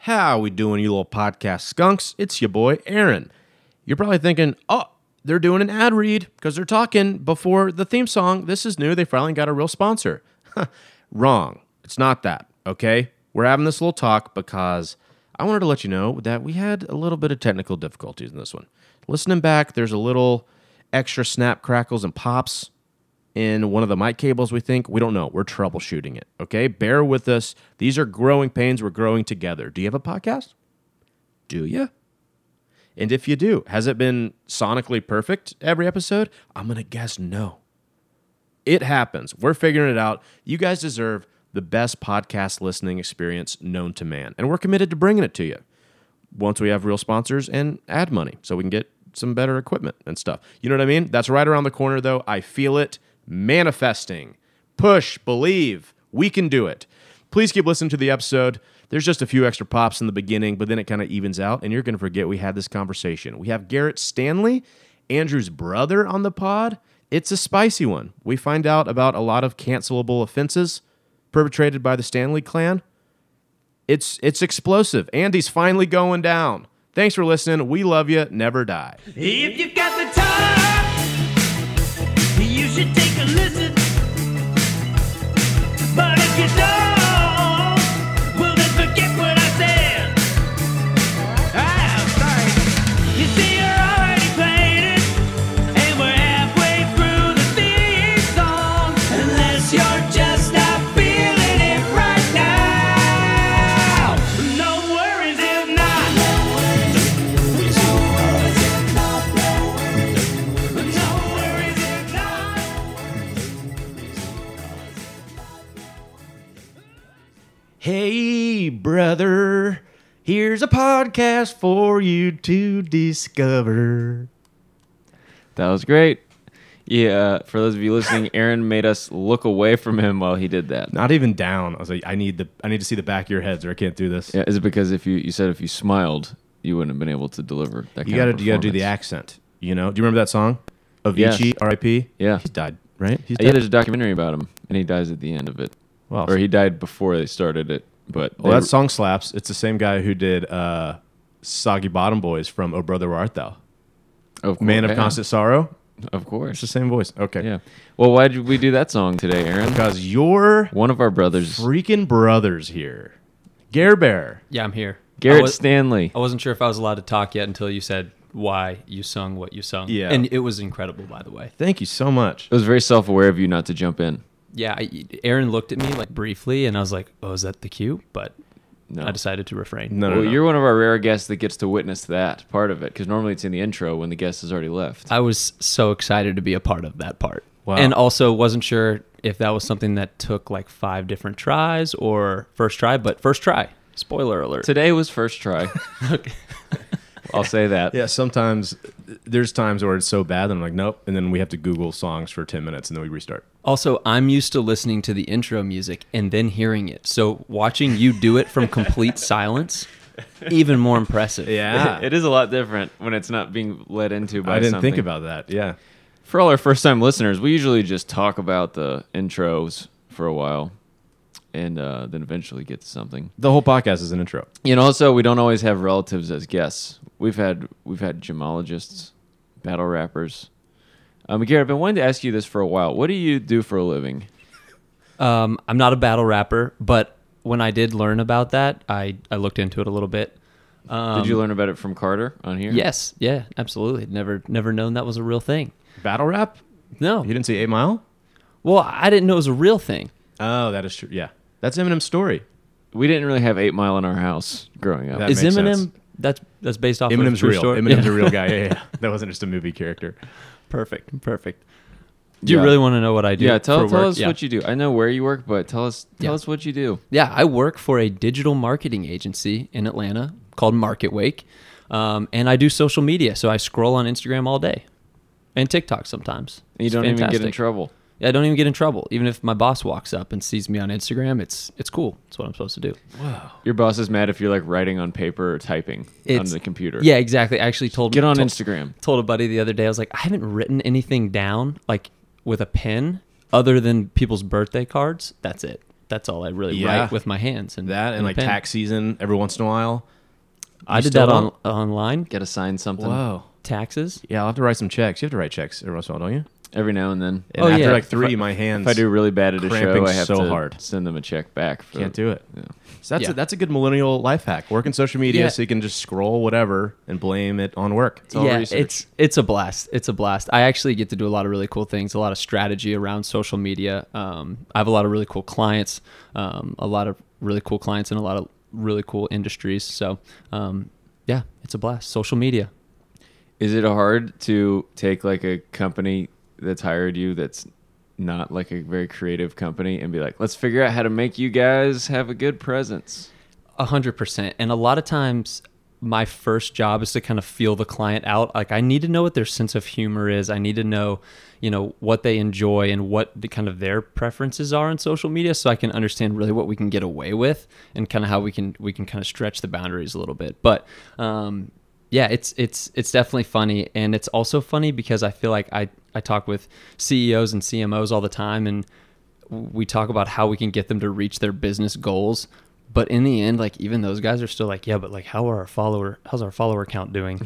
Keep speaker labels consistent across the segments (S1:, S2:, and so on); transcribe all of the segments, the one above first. S1: How we doing, you little podcast skunks? It's your boy Aaron. You're probably thinking, oh, they're doing an ad read because they're talking before the theme song. This is new. They finally got a real sponsor. Wrong. It's not that. Okay. We're having this little talk because I wanted to let you know that we had a little bit of technical difficulties in this one. Listening back, there's a little extra snap, crackles, and pops in one of the mic cables, we think. We don't know. We're troubleshooting it. Okay. Bear with us. These are growing pains. We're growing together. Do you have a podcast? Do you? And if you do, has it been sonically perfect every episode? I'm going to guess no. It happens. We're figuring it out. You guys deserve the best podcast listening experience known to man. And we're committed to bringing it to you once we have real sponsors and ad money so we can get some better equipment and stuff. You know what I mean? That's right around the corner, though. I feel it manifesting. Push, believe, we can do it. Please keep listening to the episode. There's just a few extra pops in the beginning, but then it kind of evens out, and you're going to forget we had this conversation. We have Garrett Stanley, Andrew's brother, on the pod. It's a spicy one. We find out about a lot of cancelable offenses perpetrated by the Stanley clan it's it's explosive. Andy's finally going down. Thanks for listening. We love you. Never die.
S2: If you've got the time, you should take a listen. But if you don't, well then forget what I said. Ah, I'm sorry. You see, you're already playing it, and we're halfway through the theme song. Unless you're just not feeling it right now. No worries if not. No worries if not.
S1: Hey, brother, here's a podcast for you to discover.
S3: That was great. Yeah, uh, for those of you listening, Aaron made us look away from him while he did that.
S1: Not even down. I was like, I need the I need to see the back of your heads, or I can't do this.
S3: Yeah, is it because if you you said if you smiled, you wouldn't have been able to deliver that kind
S1: You gotta
S3: of
S1: you gotta do the
S3: performance?
S1: accent. You know? Do you remember that song? Avicii,
S3: Yes.
S1: R.I.P.
S3: Yeah.
S1: he's died, right? He's
S3: Yeah,
S1: dead.
S3: there's a documentary about him, and he dies at the end of it,
S1: Wow.
S3: or he died before they started it. But
S1: well,
S3: they-
S1: that song slaps. It's the same guy who did uh, "Soggy Bottom Boys" from "Oh Brother Where Art Thou."
S3: of
S1: Man
S3: cour-
S1: of
S3: yeah,
S1: Constant Sorrow.
S3: of course.
S1: It's the same voice. Okay.
S3: Yeah. Well, why did we do that song today, Aaron?
S1: Because you're
S3: One of our brothers,
S1: freaking brothers here. Gare Bear.
S4: Yeah, I'm here.
S3: Garrett
S4: I, was,
S3: Stanley.
S4: I wasn't sure if I was allowed to talk yet until you said why you sung what you sung.
S1: Yeah.
S4: And it was incredible, by the way.
S1: Thank you so much.
S3: It was very self-aware of you not to jump in.
S4: Yeah, I, Aaron looked at me like briefly and I was like, oh, is that the cue? But
S3: No.
S4: I decided to refrain.
S1: No, no,
S3: well,
S1: no.
S3: you're one of our rare guests that gets to witness that part of it, because normally it's in the intro when the guest has already left.
S4: I was so excited to be a part of that part.
S1: Wow.
S4: And also wasn't sure if that was something that took like five different tries or first try, but first try. Spoiler alert.
S3: Today was first try.
S4: Okay.
S3: I'll say that.
S1: yeah, sometimes there's times where it's so bad that I'm like, nope. And then we have to Google songs for 10 minutes and then we restart.
S4: Also, I'm used to listening to the intro music and then hearing it. So watching you do it from complete silence, even more impressive.
S1: Yeah.
S3: It is a lot different when it's not being led into by
S1: I didn't
S3: something.
S1: think about that. Yeah.
S3: For all our first time listeners, we usually just talk about the intros for a while and uh, then eventually get to something.
S1: The whole podcast is an intro.
S3: And also, we don't always have relatives as guests. We've had we've had gemologists, battle rappers. Um, Garrett, I've been wanting to ask you this for a while. What do you do for a living?
S4: Um, I'm not a battle rapper, but when I did learn about that, I, I looked into it a little bit. Um,
S3: Did you learn about it from Carter on here?
S4: Yes. Yeah. Absolutely. Never never known that was a real thing.
S1: Battle rap?
S4: No.
S1: You didn't see 8 Mile?
S4: Well, I didn't know it was a real thing.
S1: Oh, that is true. Yeah. That's Eminem's story.
S3: We didn't really have Eight Mile in our house growing up.
S1: That
S4: Is
S1: makes
S4: Eminem?
S1: sense.
S4: That's that's based off. of a
S1: Eminem's
S4: true
S1: real.
S4: Story?
S1: Eminem's
S4: Yeah.
S1: a real guy. Yeah, yeah, yeah. That wasn't just a movie character.
S4: Perfect. Perfect. Do
S3: Yeah.
S4: you really want to know what I do?
S3: yeah, tell,
S4: for
S3: tell
S4: work?
S3: us
S4: Yeah.
S3: what you do. I know where you work, but tell us tell
S4: Yeah.
S3: us what you do.
S4: Yeah, I work for a digital marketing agency in Atlanta called Market Wake, um, and I do social media. So I scroll on Instagram all day, and TikTok sometimes.
S3: And you
S4: It's
S3: don't even get in
S4: fantastic.
S3: trouble.
S4: Yeah, I don't even get in trouble. Even if my boss walks up and sees me on Instagram, it's it's cool. It's what I'm supposed to do.
S3: Your boss is mad if you're like writing on paper or typing on
S4: It's-
S3: the computer.
S4: Yeah, exactly. I actually told
S3: Get on
S4: told-
S3: Instagram.
S4: Told a buddy the other day, I was like, I haven't written anything down like with a pen other than people's birthday cards. That's it. that's all I really
S1: Yeah.
S4: write with my hands and
S1: That and
S4: a
S1: like
S4: pen.
S1: tax season every once in a while.
S4: I
S1: You
S4: did
S1: still
S4: that on online
S3: Got to sign something
S1: Whoa.
S4: taxes.
S1: Yeah, I'll have to write some checks. You have to write checks every once in a while, don't you?
S3: every now and then.
S1: And
S4: Oh,
S1: after
S4: yeah.
S1: like three,
S3: If I-
S1: my hands
S3: If I do really bad at a show,
S1: Cramping
S3: I have
S1: so
S3: to
S1: hard.
S3: send them a check back. For,
S1: can't do it.
S3: Yeah.
S1: So that's
S4: Yeah.
S1: a, that's a good millennial life hack. Work in social media
S4: Yeah.
S1: so you can just scroll whatever and blame it on work. It's all
S4: yeah,
S1: research.
S4: it's it's a blast. It's a blast. I actually get to do a lot of really cool things, a lot of strategy around social media. Um, I have a lot of really cool clients, um, a lot of really cool clients, and a lot of really cool industries. So, um, yeah, it's a blast. Social media.
S3: Is it hard to take like a company that's hired you that's not like a very creative company and be like, let's figure out how to make you guys have a good presence?
S4: A hundred percent. And a lot of times my first job is to kind of feel the client out. Like I need to know what their sense of humor is. I need to know, you know, what they enjoy and what the kind of their preferences are on social media so I can understand really what we can get away with and kind of how we can we can kind of stretch the boundaries a little bit. But um yeah, it's it's it's definitely funny, and it's also funny because I feel like I I talk with CEOs and CMOs all the time, and we talk about how we can get them to reach their business goals. But in the end, like even those guys are still like, yeah, but like how are our follower how's our follower count doing?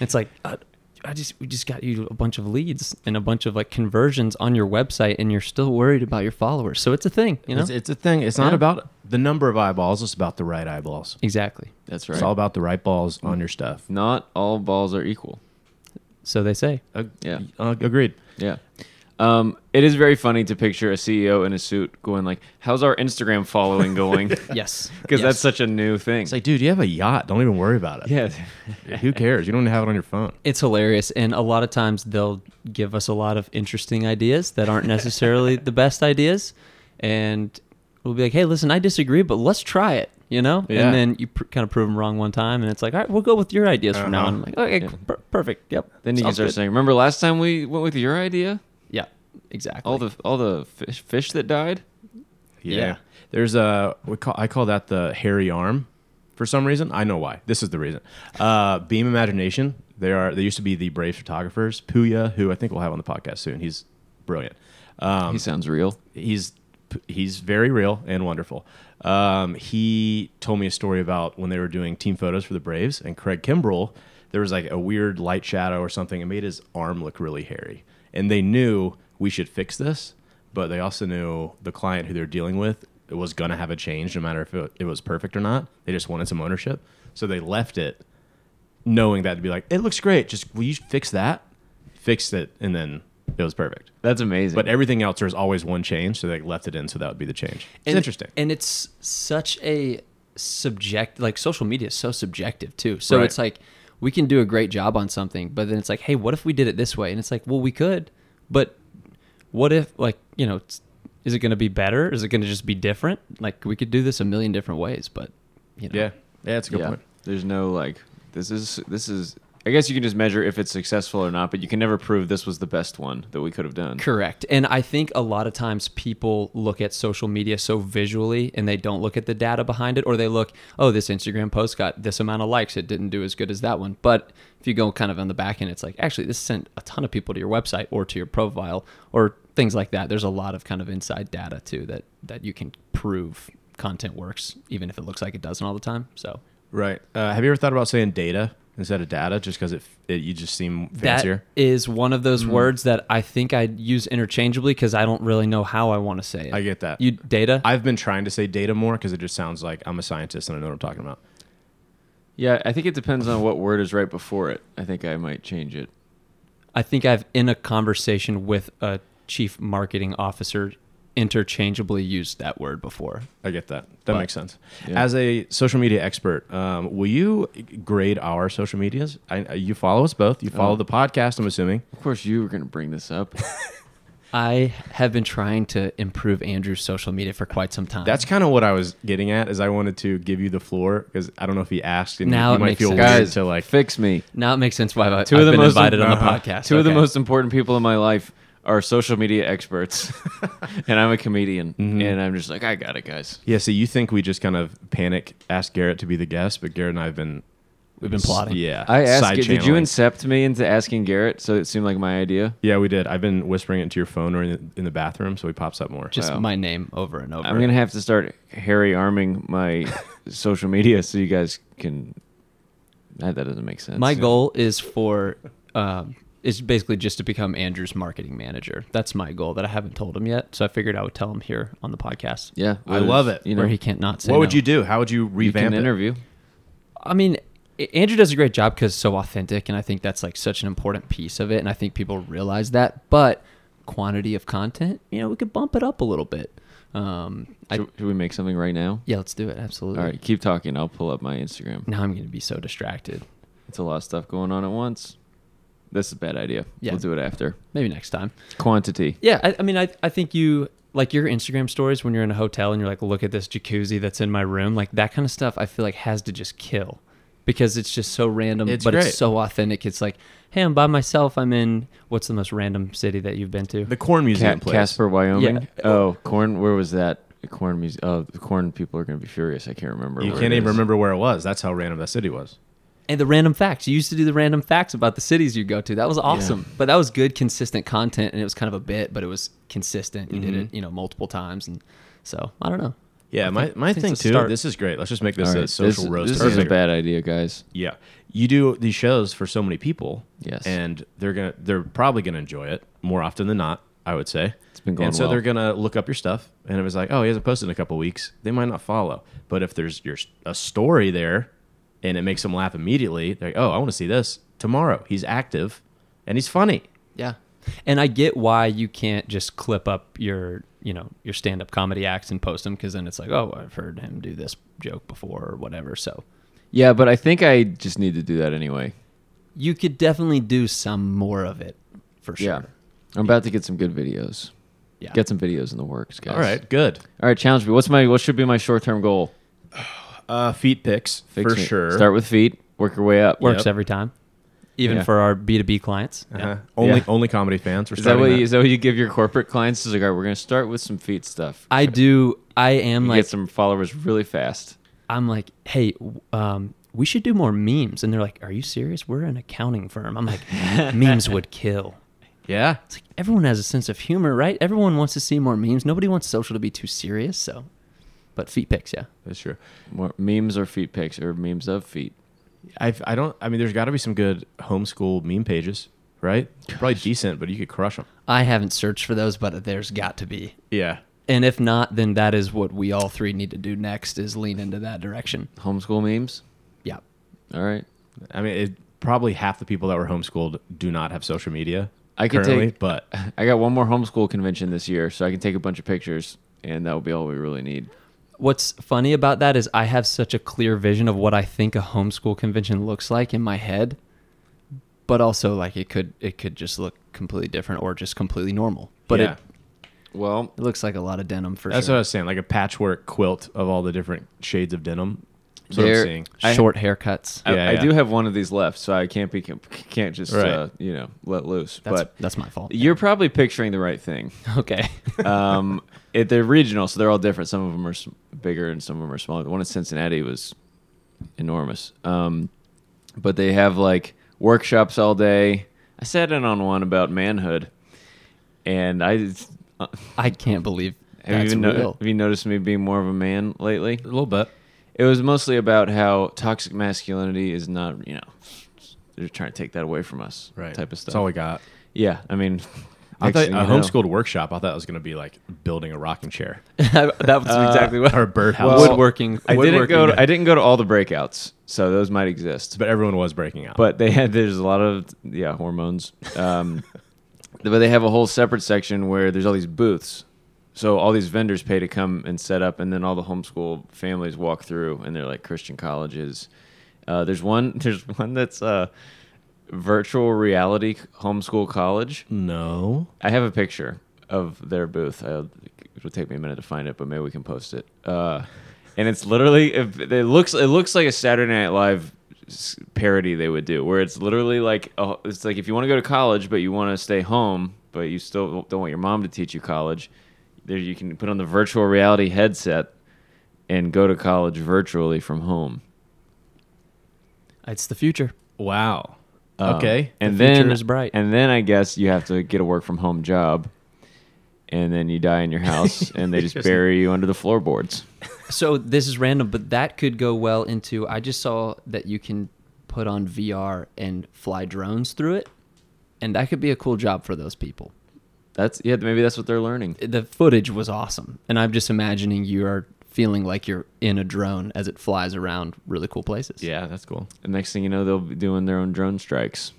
S4: it's like uh, I just we just got you a bunch of leads and a bunch of like conversions on your website, and you're still worried about your followers. So it's a thing, you know.
S1: it's, it's a thing. It's not
S4: Yeah.
S1: about the number of eyeballs. It's about the right eyeballs.
S4: exactly.
S3: That's right.
S1: It's all about the right balls on your stuff.
S3: not all balls are equal.
S4: So they say.
S1: Ag-
S3: Yeah.
S1: uh, agreed.
S3: Yeah. Um, it is very funny to picture a CEO in a suit going like, "How's our Instagram following going?" Because
S4: Yes.
S3: that's such a new thing.
S1: It's like, dude, you have a yacht. Don't even worry about it.
S3: yeah,
S1: Who cares? You don't have it on your phone.
S4: it's hilarious and a lot of times they'll give us a lot of interesting ideas that aren't necessarily the best ideas and we'll be like hey listen i disagree but let's try it you know
S3: Yeah.
S4: and then you pr- kind of prove them wrong one time and it's like all right we'll go with your ideas from now on
S1: Uh-huh.
S4: i'm like okay per- perfect yep
S3: then you can
S4: Sounds
S3: start
S4: good.
S3: saying, "Remember last time we went with your idea?
S4: yeah exactly
S3: All the all the fish fish that died."
S1: Yeah.
S4: Yeah.
S1: There's a we call I call that the hairy arm for some reason. I know why. This is the reason. Uh, Beam Imagination. They are they used to be the Brave photographers. Puya, who I think we'll have on the podcast soon. He's brilliant. Um,
S3: he sounds real.
S1: he's he's very real and wonderful. Um, he told me a story about when they were doing team photos for the Braves and Craig Kimbrell. There was like a weird light shadow or something. It made his arm look really hairy, and they knew we should fix this, but they also knew the client who they're dealing with was going to have a change, no matter if it, it was perfect or not. They just wanted some ownership, so they left it, knowing that to be like, it looks great. Just will you fix that? Fixed it, and then it was perfect.
S3: That's amazing.
S1: But everything else, there's always one change, so they left it in, so that would be the change. It's
S4: And-
S1: interesting.
S4: and it's such a subject like social media is so subjective too so
S1: Right.
S4: it's like we can do a great job on something but then it's like hey what if we did it this way and it's like well we could but what if like you know it's, is it going to be better is it going to just be different like we could do this a million different ways but you know
S1: yeah, yeah, that's a good
S3: yeah,
S1: point.
S3: there's no like this is this is. I guess you can just measure if it's successful or not, but you can never prove this was the best one that we could have done.
S4: Correct. And I think a lot of times people look at social media so visually and they don't look at the data behind it, or they look, oh, this Instagram post got this amount of likes. It didn't do as good as that one. But if you go kind of on the back end, it's like, actually, this sent a ton of people to your website or to your profile or things like that. There's a lot of kind of inside data too that, that you can prove content works, even if it looks like it doesn't all the time. So
S1: Right. Uh, have you ever thought about saying data instead of data, just because it, it you just seem fancier? Mm-hmm.
S4: that is one of those words that I think I use interchangeably because I don't really know how I want to say it.
S1: I get that.
S4: You data?
S1: I've been trying to say data more because it just sounds like I'm a scientist and I know what I'm talking about.
S3: Yeah, I think it depends on what word is right before it. I think I might change it.
S4: I think I've in a conversation with a chief marketing officer interchangeably used that word before.
S1: I get that. That
S4: But-
S1: makes sense.
S3: Yeah.
S1: As a social media expert, um, will you grade our social medias? I, uh, you follow us both. You
S4: Oh.
S1: follow the podcast. I'm assuming.
S3: Of course, you were going to bring this up.
S4: I have been trying to improve Andrew's social media for quite some time.
S1: That's kind of what I was getting at. Is I wanted to give you the floor because I don't know if he asked and
S4: Now
S1: you
S4: it
S1: might
S4: makes
S1: feel
S4: sense.
S1: weird
S3: Guys,
S1: to like
S3: fix me.
S4: now it makes sense why I,
S3: Two
S4: I've
S3: of the
S4: been
S3: most
S4: invited on the
S1: uh-huh.
S4: podcast.
S3: Two of the
S4: Okay.
S3: most important people in my life are social media experts, and I'm a comedian, and I'm just like, I got it, guys.
S1: Yeah, so you think we just kind of panic asked Garrett to be the guest, but Garrett and I have been
S4: We've been plotting.
S1: Yeah.
S3: I asked.
S1: side
S3: Did you
S1: channeling.
S3: incept me into asking Garrett? So it seemed like my idea.
S1: Yeah, we did. I've been whispering it into your phone or in the, in the bathroom, so he pops up more.
S4: Just my name over and over.
S3: I'm gonna have to start Harry arming my social media so you guys can. That, that doesn't make sense.
S4: My goal is for um, is basically just to become Andrew's marketing manager. That's my goal that I haven't told him yet. So I figured I would tell him here on the podcast.
S3: Yeah,
S1: I love it.
S3: You know,
S4: where he can't not say.
S1: what would
S4: no.
S1: you do? How would you
S3: you
S1: revamp
S3: can
S1: it?
S3: interview.
S4: I mean, A- Andrew does a great job because so authentic, and I think that's like such an important piece of it, and I think people realize that. But quantity of content, you know, we could bump it up a little bit. Um, I,
S3: Should, should we make something right now?
S4: yeah, let's do it. Absolutely.
S3: All right, keep talking. I'll pull up my Instagram.
S4: Now I'm going to be so distracted.
S3: It's a lot of stuff going on at once. That's a bad idea.
S4: Yeah.
S3: We'll do it after.
S4: Maybe next time.
S3: Quantity.
S4: Yeah, I, I mean, I, I think you like your Instagram stories when you're in a hotel and you're like, look at this jacuzzi that's in my room, like that kind of stuff. I feel like has to just kill because it's just so random,
S1: It's
S4: but
S1: great.
S4: it's so authentic. It's like, hey, I'm by myself. I'm in what's the most random city that you've been to?
S1: The corn museum
S3: Ca-
S1: place.
S3: Casper, Wyoming.
S4: Yeah.
S3: Oh, corn. Where was that? Corn music. Oh, the corn people are going to be furious. I can't remember.
S1: You
S3: where
S1: can't
S3: it
S1: even
S3: is.
S1: remember where it was. That's how random that city was.
S4: and the random facts. You used to do the random facts about the cities you go to. That was awesome, but that was good, consistent content, and it was kind of a bit, but it was consistent. You did it, you know, multiple times, and so I don't know.
S1: Yeah, my, my
S4: think
S1: thing
S4: it's a
S1: too.
S4: start.
S1: This is great. Let's just make
S3: All
S1: this a
S3: right,
S1: social
S3: this,
S1: roast.
S3: This
S1: or
S3: is a
S1: something.
S3: bad idea, guys.
S1: Yeah, you do these shows for so many people.
S3: Yes.
S1: and they're gonna they're probably gonna enjoy it more often than not. I would say it's
S3: been going
S1: And so
S3: well.
S1: they're gonna look up your stuff, and if it's like, oh, he hasn't posted in a couple weeks, they might not follow. But if there's your a story there, and it makes them laugh immediately, they're like, oh, I want to see this tomorrow. He's active, and he's funny.
S4: Yeah. And I get why you can't just clip up your, you know, your stand-up comedy acts and post them because then it's like, oh, I've heard him do this joke before or whatever. So
S3: Yeah, but I think I just need to do that anyway.
S4: you could definitely do some more of it for sure.
S3: Yeah. I'm about to get some good videos.
S4: Yeah.
S3: Get some videos in the works, guys.
S1: All right, good.
S3: All right, challenge me. What's my what should be my short term goal?
S1: Uh, feet picks
S3: Fix
S1: for
S3: it.
S1: sure.
S3: Start with feet, work your way up.
S4: Works
S1: Yep.
S4: every time. Even
S3: Yeah.
S4: for our B2B clients.
S1: Uh-huh. Only
S3: Yeah.
S1: only comedy fans. We're
S3: Is that, what
S1: starting
S3: you, is that what you give your corporate clients? Is like, all right, we're gonna start with some feet stuff.
S4: I do. I am
S3: You
S4: like,
S3: get some followers really fast.
S4: I'm like, hey, w- um, we should do more memes. And they're like, are you serious? We're an accounting firm. I'm like, memes would kill.
S1: Yeah,
S4: It's like everyone has a sense of humor, right? Everyone wants to see more memes. Nobody wants social to be too serious, so. But feet pics, yeah.
S1: that's true.
S3: More memes or feet pics or memes of feet.
S1: I I don't. I mean, there's got to be some good homeschool meme pages, right? Probably decent, but you could crush them.
S4: I haven't searched for those, but there's got to be.
S1: Yeah.
S4: And if not, then that is what we all three need to do next is lean into that direction.
S3: Homeschool memes.
S4: Yeah.
S3: All right.
S1: I mean, it, probably half the people that were homeschooled do not have social media.
S3: I could
S1: currently,
S3: take-
S1: but
S3: I got one more homeschool convention this year, so I can take a bunch of pictures and that will be all we really need.
S4: What's funny about that is I have such a clear vision of what I think a homeschool convention looks like in my head, but also like it could it could just look completely different or just completely normal. But
S1: yeah,
S4: it,
S3: Well,
S4: it looks like a lot of denim for
S1: that's what I
S4: sure.
S1: was saying. Like a patchwork quilt of all the different shades of denim. So I'm
S3: There-
S1: seeing.
S3: I-
S4: Short haircuts.
S3: I,
S1: Yeah,
S3: I
S1: yeah.
S3: do have one of these left, so I can't be can't just
S1: Right.
S3: uh, you know let loose.
S4: That's,
S3: but
S4: that's my fault.
S3: you're probably picturing the right thing.
S4: okay.
S3: Um, it, they're regional, so they're all different. Some of them are s- bigger and some of them are smaller. The one in Cincinnati was enormous. Um, but they have like workshops all day. I sat in on one about manhood, and I it's- uh,
S4: I can't believe
S3: have you,
S4: that's
S3: even no-
S4: real.
S3: have you noticed me being more of a man lately?
S1: a little bit.
S3: It was mostly about how toxic masculinity is not, you know, they're trying to take that away from us,
S1: Right.
S3: Type of stuff.
S1: That's all we got.
S3: yeah, I mean,
S1: I thought
S3: next
S1: uh, a
S3: thing you know-
S1: homeschooled workshop. I thought it was going to be like building a rocking chair
S4: that was exactly what
S1: or a birdhouse.
S3: Well,
S4: woodworking.
S3: I didn't go.
S4: woodworking.
S3: To, I didn't go to all the breakouts, so those might exist. But,
S1: but everyone was breaking out.
S3: but they had there's a lot of yeah hormones. Um, but they have a whole separate section where there's all these booths. So all these vendors pay to come and set up, and then all the homeschool families walk through, and they're like Christian colleges. Uh, there's one. There's one that's uh, virtual reality homeschool college.
S1: no,
S3: I have a picture of their booth. i it will take me a minute to find it, but maybe we can post it. Uh, and it's literally if it looks it looks like a Saturday Night Live s- parody they would do, where it's literally like a, it's like if you want to go to college but you want to stay home, but you still don't want your mom to teach you college, there you can put on the virtual reality headset and go to college virtually from home.
S4: It's the future.
S1: Wow.
S3: Um,
S1: okay.
S3: and
S4: The future
S3: then
S4: is bright.
S3: And then I guess you have to get a work from home job, and then you die in your house, and they just bury you under the floorboards.
S4: So this is random, but that could go well into. I just saw that you can put on VR and fly drones through it, and that could be a cool job for those people.
S3: That's yeah. Maybe that's what they're learning.
S4: The footage was awesome, and I'm just imagining you are feeling like you're in a drone as it flies around really cool places.
S1: yeah, that's cool.
S3: The next thing you know, they'll be doing their own drone strikes.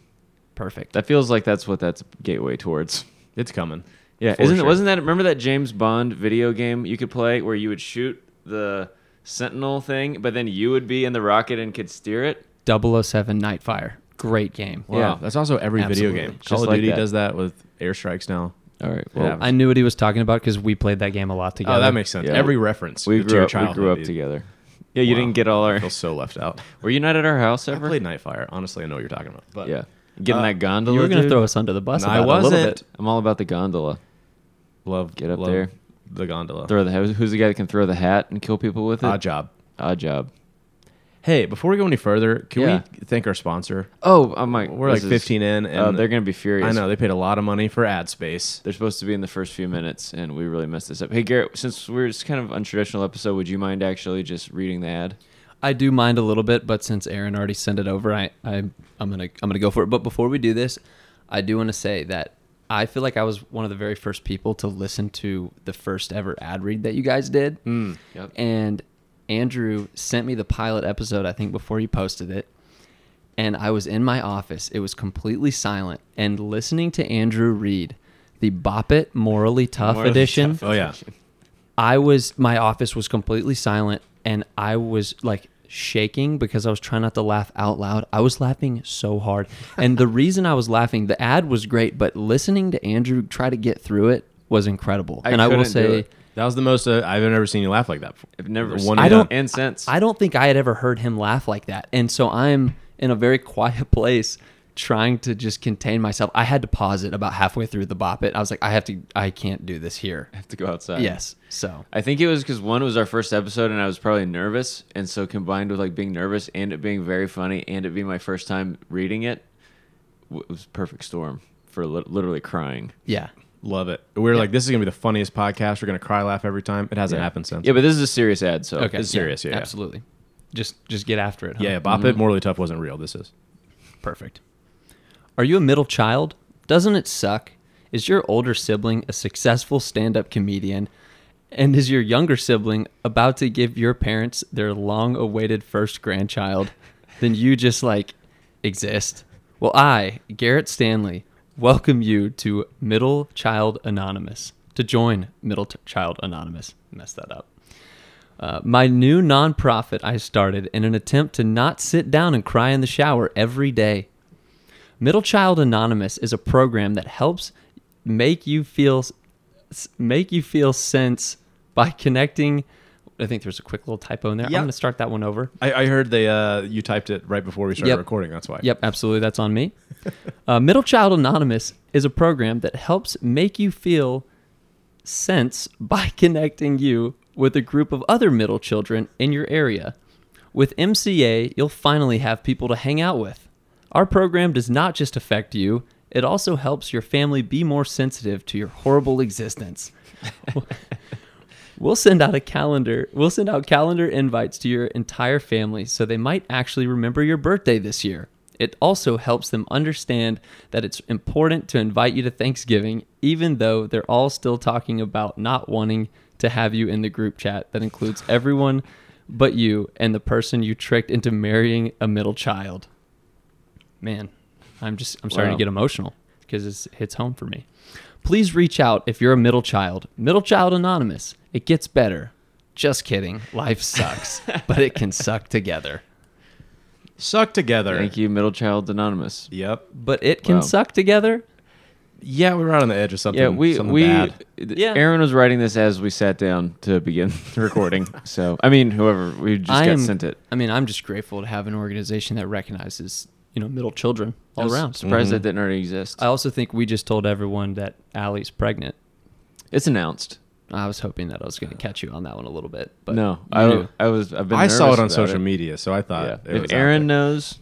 S4: perfect.
S3: That feels like that's what that's a gateway towards.
S1: It's coming.
S3: Yeah,
S1: For
S3: isn't it?
S1: sure.
S3: Wasn't that remember that James Bond video game you could play where you would shoot the Sentinel thing, but then you would be in the rocket and could steer it?
S4: 007 Nightfire, great game.
S1: Wow.
S3: Yeah.
S1: That's also every
S4: Absolutely.
S1: video game.
S3: Just
S1: Call of
S3: like
S1: Duty
S3: that.
S1: does that with airstrikes now.
S3: All right.
S1: well-
S3: Well,
S1: Yeah.
S4: I knew what he was talking about because we played that game a lot together.
S1: Oh, that makes sense.
S3: Yeah.
S1: Every reference
S3: we,
S1: to
S3: grew
S1: your
S3: up, we
S1: childhood.
S3: grew up
S1: dude.
S3: together. Yeah, you
S1: Wow.
S3: didn't get all
S1: I
S3: our.
S1: feel so left out.
S3: Were you not at our house
S1: I
S3: ever?
S1: played Nightfire. Honestly, I know what you're talking about. But
S3: Yeah, getting
S1: Uh,
S3: that gondola.
S4: You were going to
S3: dude?
S4: throw us under the bus.
S1: No,
S4: about
S1: I
S4: it a little
S1: wasn't.
S4: bit.
S3: I'm all about the gondola.
S1: love
S3: Get up
S1: love
S3: there.
S1: The gondola.
S3: Throw the who's the guy that can throw the hat and kill people with it?
S1: Odd job.
S3: Odd job.
S1: Hey, before we go any further, can
S3: Yeah.
S1: we thank our sponsor?
S3: Oh, I'm like
S1: We're like 15 in, and
S3: Oh, they're gonna be furious.
S1: I know they paid a lot of money for ad space.
S3: They're supposed to be in the first few minutes, and we really messed this up. Hey, Garrett, since we're it's kind of untraditional episode, would you mind actually just reading the ad?
S4: I do mind a little bit, but since Aaron already sent it over, I, I I'm gonna I'm gonna go for it. But before we do this, I do want to say that I feel like I was one of the very first people to listen to the first ever ad read that you guys did,
S3: Mm, Yep.
S4: and Andrew sent me the pilot episode I think before you posted it, and I was in my office. It was completely silent, and listening to Andrew read the Bop It Morally Tough
S3: Morally
S4: edition.
S1: Oh yeah,
S4: I was my office was completely silent and I was like shaking because I was trying not to laugh out loud. I was laughing so hard. And the reason I was laughing, the ad was great, but listening to Andrew try to get through it was incredible.
S3: I
S4: and I will
S3: couldn't do
S4: say
S3: it.
S1: that was the most uh, I've ever seen you laugh like that. Before.
S3: I've never
S1: One
S3: seen
S1: and
S4: I don't
S1: done.
S3: and since.
S4: I don't think I had ever heard him laugh like that. And so I'm in a very quiet place trying to just contain myself. I had to pause it about halfway through the bop it. I was like, I have to I can't do this here.
S3: have to go outside.
S4: Yes. So
S3: I think it was because one was our first episode, and I was probably nervous, and so combined with like being nervous and it being very funny and it being my first time reading it, w- it was a perfect storm for li- literally crying.
S4: yeah.
S1: Love it. We were like, this is gonna be the funniest podcast. We're gonna cry laugh every time. It hasn't happened since.
S3: Yeah, but this is a serious ad, so
S4: Okay.
S1: It's serious, yeah, yeah.
S4: Absolutely. Just just get after it. huh?
S1: yeah, yeah, Bop It
S3: Mm-hmm.
S1: Morally Tough wasn't real. This is.
S4: Perfect. Are you a middle child? Doesn't it suck? Is your older sibling a successful stand-up comedian? And is your younger sibling about to give your parents their long-awaited first grandchild? Then you just like exist. Well, I, Garrett Stanley, welcome you to Middle Child Anonymous. To join Middle T- Child Anonymous. Messed that up. Uh, my new nonprofit I started in an attempt to not sit down and cry in the shower every day. Middle Child Anonymous is a program that helps make you feel s- make you feel sense by connecting. I think there's a quick little typo in there.
S1: Yeah.
S4: I'm going to start that one over.
S1: I, I heard they uh, you typed it right before we started
S4: Yep.
S1: recording. That's why.
S4: Yep, absolutely. That's on me. uh, Middle Child Anonymous is a program that helps make you feel sense by connecting you with a group of other middle children in your area. With MCA, you'll finally have people to hang out with. Our program does not just affect you, it also helps your family be more sensitive to your horrible existence. We'll send out a calendar. We'll send out calendar invites to your entire family so they might actually remember your birthday this year. It also helps them understand that it's important to invite you to Thanksgiving, even though they're all still talking about not wanting to have you in the group chat that includes everyone but you and the person you tricked into marrying a middle child. Man, I'm just, I'm starting
S3: Wow.
S4: to get emotional because it hits home for me. Please reach out if you're a middle child. Middle Child Anonymous. It gets better. Just kidding. Life sucks, but it can suck together.
S1: Suck together.
S3: Thank you, Middle Child Anonymous.
S1: Yep.
S4: But it can
S3: Wow.
S4: suck together.
S1: Yeah, we were out on the edge of something.
S3: Yeah, we
S1: something
S3: we
S1: bad.
S4: Yeah.
S3: Aaron was writing this as we sat down to begin recording. so I mean, whoever we just
S4: I
S3: got
S4: am-
S3: sent it.
S4: I mean, I'm just grateful to have an organization that recognizes, you know, middle children all
S3: I'm
S4: around.
S3: Surprised that didn't already exist.
S4: I also think we just told everyone that Allie's pregnant.
S3: it's announced.
S4: I was hoping that I was going to catch you on that one a little bit, but
S3: no,
S4: you
S3: I,
S4: knew.
S3: I was. I've been.
S1: I saw
S3: nervous
S1: it on
S3: about
S1: social
S3: it.
S1: media, so I thought it
S3: Yeah.
S1: was
S3: Uh, If
S1: out
S3: Aaron
S1: there.
S3: knows,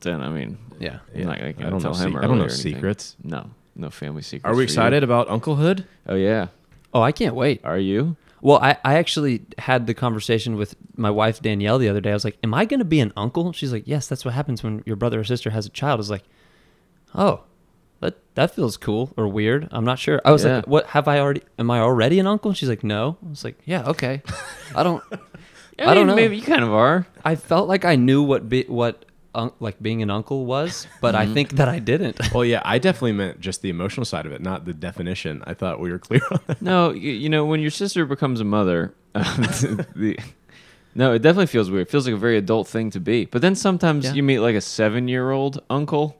S3: then I mean,
S4: yeah.
S3: I'm not gonna,
S1: I don't
S3: tell
S1: know sec-
S3: him. or
S1: I don't
S3: Lily
S1: know
S3: or anything.
S1: secrets.
S3: No, no family secrets.
S1: Are
S3: for
S1: we
S3: you.
S1: excited about Unclehood?
S3: Oh yeah.
S4: Oh, I can't wait.
S3: Are you?
S4: Well, I, I actually had the conversation with my wife Danielle the other day. I was like, "Am I going to be an uncle?" She's like, "Yes, that's what happens when your brother or sister has a child." I was like, "Oh, that that feels cool or weird. I'm not sure." I was like,
S3: Yeah.
S4: "What have I already? Am I already an uncle?" She's like, "No." I was like, "Yeah, okay. I don't. I, don't
S3: mean,
S4: know.
S3: Maybe you kind of are.
S4: I felt like I knew what be, what un, like being an uncle was, but
S3: Mm-hmm.
S4: I think that I didn't.
S1: Well, yeah, I definitely meant just the emotional side of it, not the definition. I thought we were clear on that.
S3: No, you, you know, when your sister becomes a mother, um, the, no, it definitely feels weird. It feels like a very adult thing to be. But then sometimes
S4: Yeah.
S3: you meet like a seven-year-old uncle,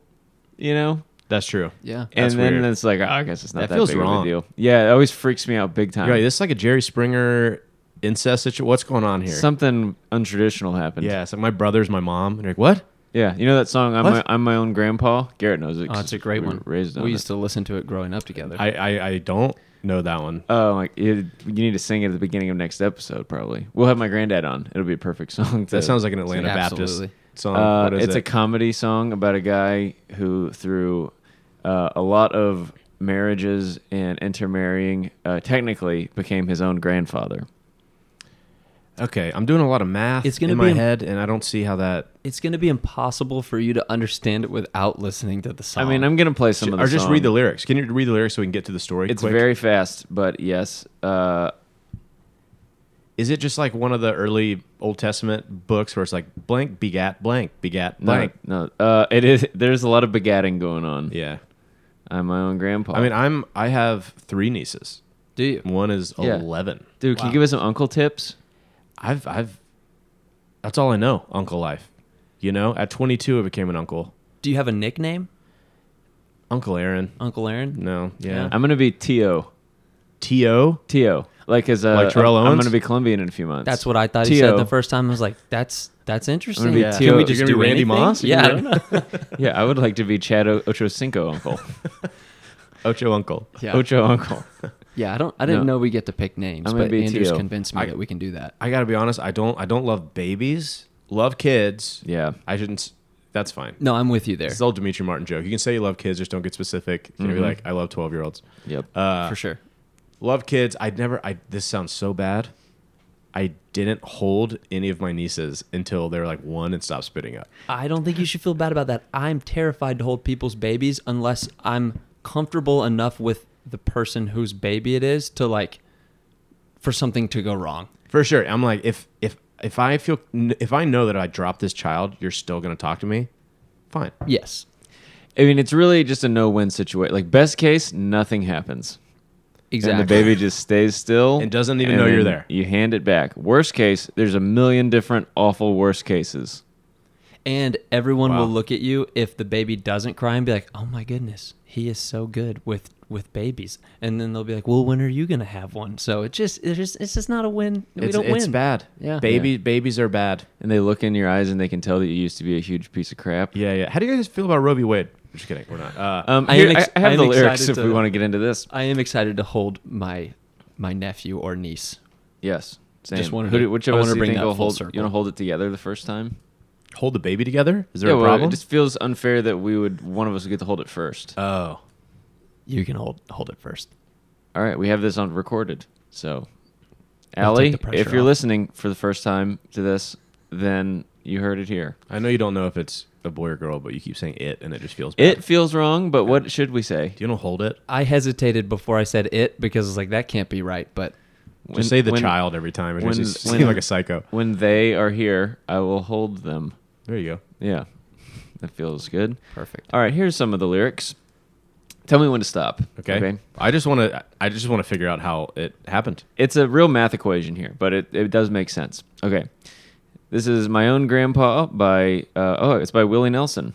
S3: you know,
S1: That's true.
S4: yeah.
S1: That's
S3: and then
S1: weird.
S3: it's like, oh, I guess it's not
S1: That
S3: that,
S1: feels
S3: big of
S1: wrong.
S3: a deal. Yeah, it always freaks me out big time.
S1: You're right. This is like a Jerry Springer incest situation. What's going on here?
S3: Something untraditional happened.
S1: yeah, it's like my brother's my mom. And you're like, what?
S3: yeah. You know that song? I'm
S1: What?
S3: my, I'm my own grandpa. Garrett knows it.
S4: Oh,
S3: 'cause
S4: it's a great
S3: we were
S4: one.
S3: Raised on
S4: we
S3: it.
S4: used to listen to it growing up together.
S1: I, I, I don't know that one.
S3: Oh, like it, you need to sing it at the beginning of next episode, probably. We'll have my granddad on. It'll be a perfect song.
S1: That
S3: to-
S1: sounds like an Atlanta
S4: Absolutely.
S1: Baptist song.
S3: Uh,
S1: what is
S3: it's
S1: it?
S3: a comedy song about a guy who, through uh, a lot of marriages and intermarrying, uh, technically became his own grandfather.
S1: Okay, I'm doing a lot of math
S4: It's gonna
S1: in
S4: be
S1: my
S4: im-
S1: head, and I don't see how that.
S4: it's going to be impossible for you to understand it without listening to the song.
S3: I mean, I'm gonna play some of the
S1: Or just
S3: song.
S1: read the lyrics. Can you read the lyrics so we can get to the story?
S3: It's
S1: quick?
S3: very fast, but yes, uh,
S1: Is it just like one of the early Old Testament books where it's like blank begat blank begat
S3: no,
S1: blank?
S3: no, uh, it is. There's a lot of begatting going on.
S1: Yeah.
S3: I'm my own grandpa.
S1: I mean, I'm I have three nieces.
S4: do you?
S1: One is
S3: Yeah.
S1: eleven.
S3: dude, can you give us some uncle tips?
S1: I've I've that's all I know. Uncle life. You know, at 22, I became an uncle.
S4: Do you have a nickname,
S1: Uncle Aaron.
S4: Uncle Aaron?
S1: No, yeah.
S3: I'm gonna be T.O.
S1: T.O.
S3: T.O. Like as a
S1: Like Terrell
S3: I'm- I'm
S1: Owens?
S3: gonna be Colombian in a few months.
S4: That's what I thought he said
S3: T.O..
S4: the first time. I was like, "That's that's interesting."
S3: be
S4: Can
S3: T.O..
S4: we
S3: You're
S4: just
S1: gonna
S4: do
S1: be Randy
S4: anything?
S1: Moss? You're
S4: Yeah, I
S1: gonna
S4: don't know.
S3: Yeah, I would like to be Chad o- Ochocinco uncle.
S1: Ocho Uncle.
S4: Yeah.
S3: Ocho uncle.
S4: yeah, I don't. I didn't
S3: No.
S4: know we get to pick names,
S3: I'm gonna
S4: but
S3: be
S4: Andrew's
S3: T.O..
S4: convinced me that we can do that.
S1: I gotta be honest. I don't. I don't love babies. Love kids.
S3: Yeah.
S1: I shouldn't. s- That's fine.
S4: No, I'm with you there
S1: It's the old Dimitri Martin joke. You can say you love kids, just don't get specific. You know,
S4: Mm-hmm.
S1: you're like, I love twelve year olds.
S3: Yep.
S1: Uh,
S4: for sure.
S1: Love kids. I never. I. This sounds so bad. I didn't hold any of my nieces until they were like one and stopped spitting up.
S4: I don't think you should feel bad about that. I'm terrified to hold people's babies unless I'm comfortable enough with the person whose baby it is to like for something to go wrong.
S1: For sure. I'm like, if if if I feel if I know that I dropped this child, you're still gonna talk to me. Fine.
S4: Yes.
S3: I mean, it's really just a no-win situation. Like best case, nothing happens,
S4: Exactly.
S3: and the baby just stays still
S1: And doesn't even
S3: and
S1: know you're
S3: then
S1: there.
S3: You hand it back. Worst case, there's a million different awful worst cases.
S4: And everyone
S1: Wow.
S4: will look at you if the baby doesn't cry and be like, "Oh my goodness, he is so good with with babies." And then they'll be like, "Well, when are you gonna have one?" So it just it's just, it's just not a win. We
S1: it's
S4: don't
S1: it's
S4: win.
S1: bad.
S4: Yeah.
S1: Baby babies are bad.
S3: And they look in your eyes and they can tell that you used to be a huge piece of crap.
S1: Yeah, yeah. How do you guys feel about Roe v. Wade? Just kidding. We're not. Uh,
S3: Um,
S4: I
S3: here-
S4: am
S3: I,
S4: ex-
S3: I have
S4: I am
S3: the lyrics
S4: excited
S3: if
S4: to-
S3: we want to get into this.
S4: I am excited to hold my my nephew or niece.
S3: Yes. Same.
S4: Just wanted
S3: Who
S4: to-
S3: do- which of
S4: I
S3: us
S4: wanted to
S3: do you
S4: bring
S3: think
S4: that
S3: will
S4: full
S3: hold?
S4: circle.
S3: You want to hold it together the first time?
S1: hold the baby together. Is there
S3: yeah,
S1: a
S3: well,
S1: problem?
S3: it just feels unfair that we would one of us would get to hold it first.
S1: oh.
S4: You can hold hold it first.
S3: All right, we have this on recorded. So,
S4: We'll
S3: Allie,
S4: take the pressure
S3: if you're
S4: off.
S3: listening for the first time to this, then you heard it here.
S1: I know you don't know if it's a boy or girl, but you keep saying it, and it just feels. Bad.
S3: It feels wrong, but what should we say?
S1: You don't hold it.
S4: I hesitated before I said it because I was like, that can't be right. But
S3: When-
S1: Just say the
S3: when-
S1: child every time. It
S3: when-
S1: just
S3: when-
S1: seem like a psycho.
S3: When they are here, I will hold them.
S1: There you go.
S3: Yeah, that feels good.
S4: perfect.
S3: All right, here's some of the lyrics. Tell me when to stop.
S1: Okay. I just want to. I just want to figure out how it happened.
S3: It's a real math equation here, but it, it does make sense. Okay. This is My Own Grandpa by, uh, oh, it's by Willie Nelson.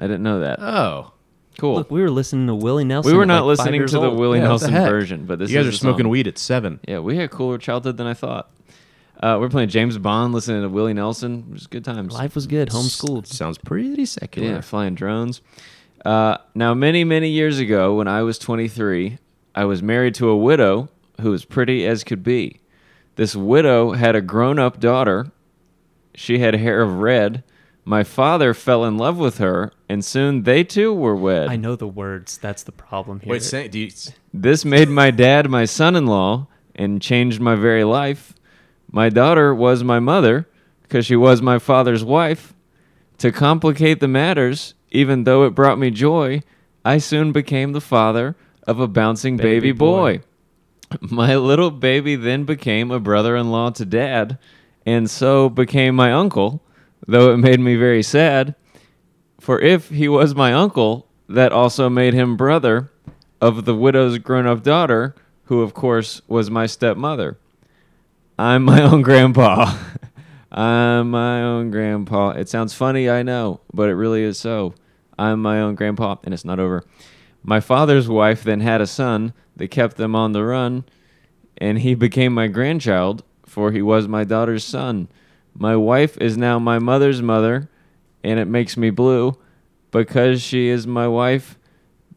S3: I didn't know that.
S1: Oh.
S3: cool.
S4: Look, we were listening to Willie Nelson.
S3: We were
S4: at,
S3: not
S4: like, five
S3: listening
S4: years
S3: to the
S4: old.
S3: Willie
S1: Yeah, what the
S3: Nelson
S1: heck?
S3: version, but this
S1: you guys
S3: is
S1: are
S3: the
S1: smoking
S3: song.
S1: weed at seven.
S3: Yeah, we had a cooler childhood than I thought. Uh, we're playing James Bond, listening to Willie Nelson. It was good times.
S4: Life was good. Homeschooled.
S1: Sounds pretty secular.
S3: Yeah, flying drones. Uh, now, many, many years ago, when I was 23, I was married to a widow who was pretty as could be. This widow had a grown up daughter. She had hair of red. My father fell in love with her, and soon they too were wed.
S4: I know the words. That's the problem here.
S1: Wait, say, do you,
S3: This made my dad my son in law and changed my very life. My daughter was my mother because she was my father's wife. To complicate the matters, even though it brought me joy, I soon became the father of a bouncing baby,
S4: Baby
S3: boy.
S4: boy.
S3: My little baby then became a brother in law to dad and so became my uncle, though it made me very sad. For if he was my uncle, that also made him brother of the widow's grown up daughter, who, of course, was my stepmother. I'm my own grandpa. I'm my own grandpa. It sounds funny, I know, but it really is so. I'm my own grandpa, and it's not over. My father's wife then had a son that kept them on the run, and he became my grandchild, for he was my daughter's son. My wife is now my mother's mother, and it makes me blue because she is my wife,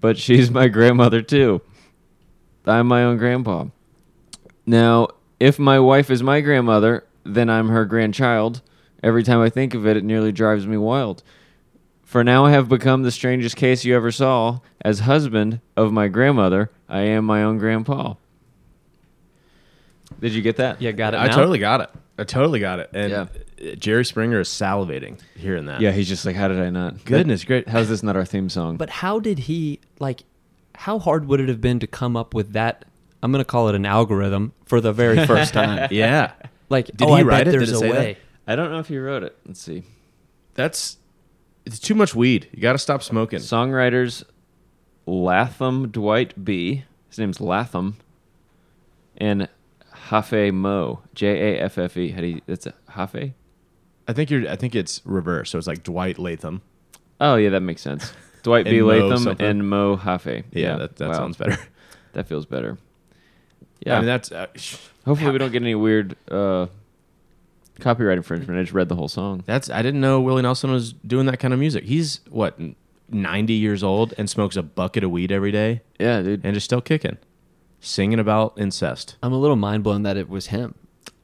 S3: but she's my grandmother too. I'm my own grandpa. Now, if my wife is my grandmother, then I'm her grandchild. Every time I think of it, it nearly drives me wild. For now I have become the strangest case you ever saw. As husband of my grandmother, I am my own grandpa. Did you get that?
S4: yeah, got it.
S1: I
S4: now?
S1: totally got it. I totally got it. And
S3: Yeah.
S1: uh, Jerry Springer is salivating hearing that.
S3: Yeah, he's just like, how did I not?
S1: Goodness, great.
S3: How's this not our theme song?
S4: But how did he like? How hard would it have been to come up with that? I'm gonna call it an algorithm for the very first time.
S1: Yeah.
S4: Like,
S1: Did
S4: oh,
S1: he
S4: I
S1: write
S4: bet
S1: it? Did
S4: there's
S1: it
S4: a
S1: say that?
S4: way.
S3: I don't know if you wrote it. Let's see.
S1: That's it's too much weed. You got to stop smoking.
S3: Songwriters Latham Dwight B. His name's Latham. And Hafe Mo. J A F F E. How do you, that's a Hafe?
S1: I think you're I think it's reverse. So it's like Dwight Latham.
S3: Oh, yeah, that makes sense. Dwight B.
S1: And Mo
S3: Latham
S1: something.
S3: and Mo Hafe.
S1: Yeah, that, that
S3: wow.
S1: sounds better.
S3: That feels better.
S1: Yeah.
S3: Yeah.
S1: I mean that's uh,
S3: Hopefully, we don't get any weird uh, copyright infringement. I just read the whole song.
S1: that's I didn't know Willie Nelson was doing that kind of music. He's what 90 years old and smokes a bucket of weed every day
S3: Yeah, dude.
S1: and is still kicking. Singing about incest.
S4: I'm a little mind blown that it was him.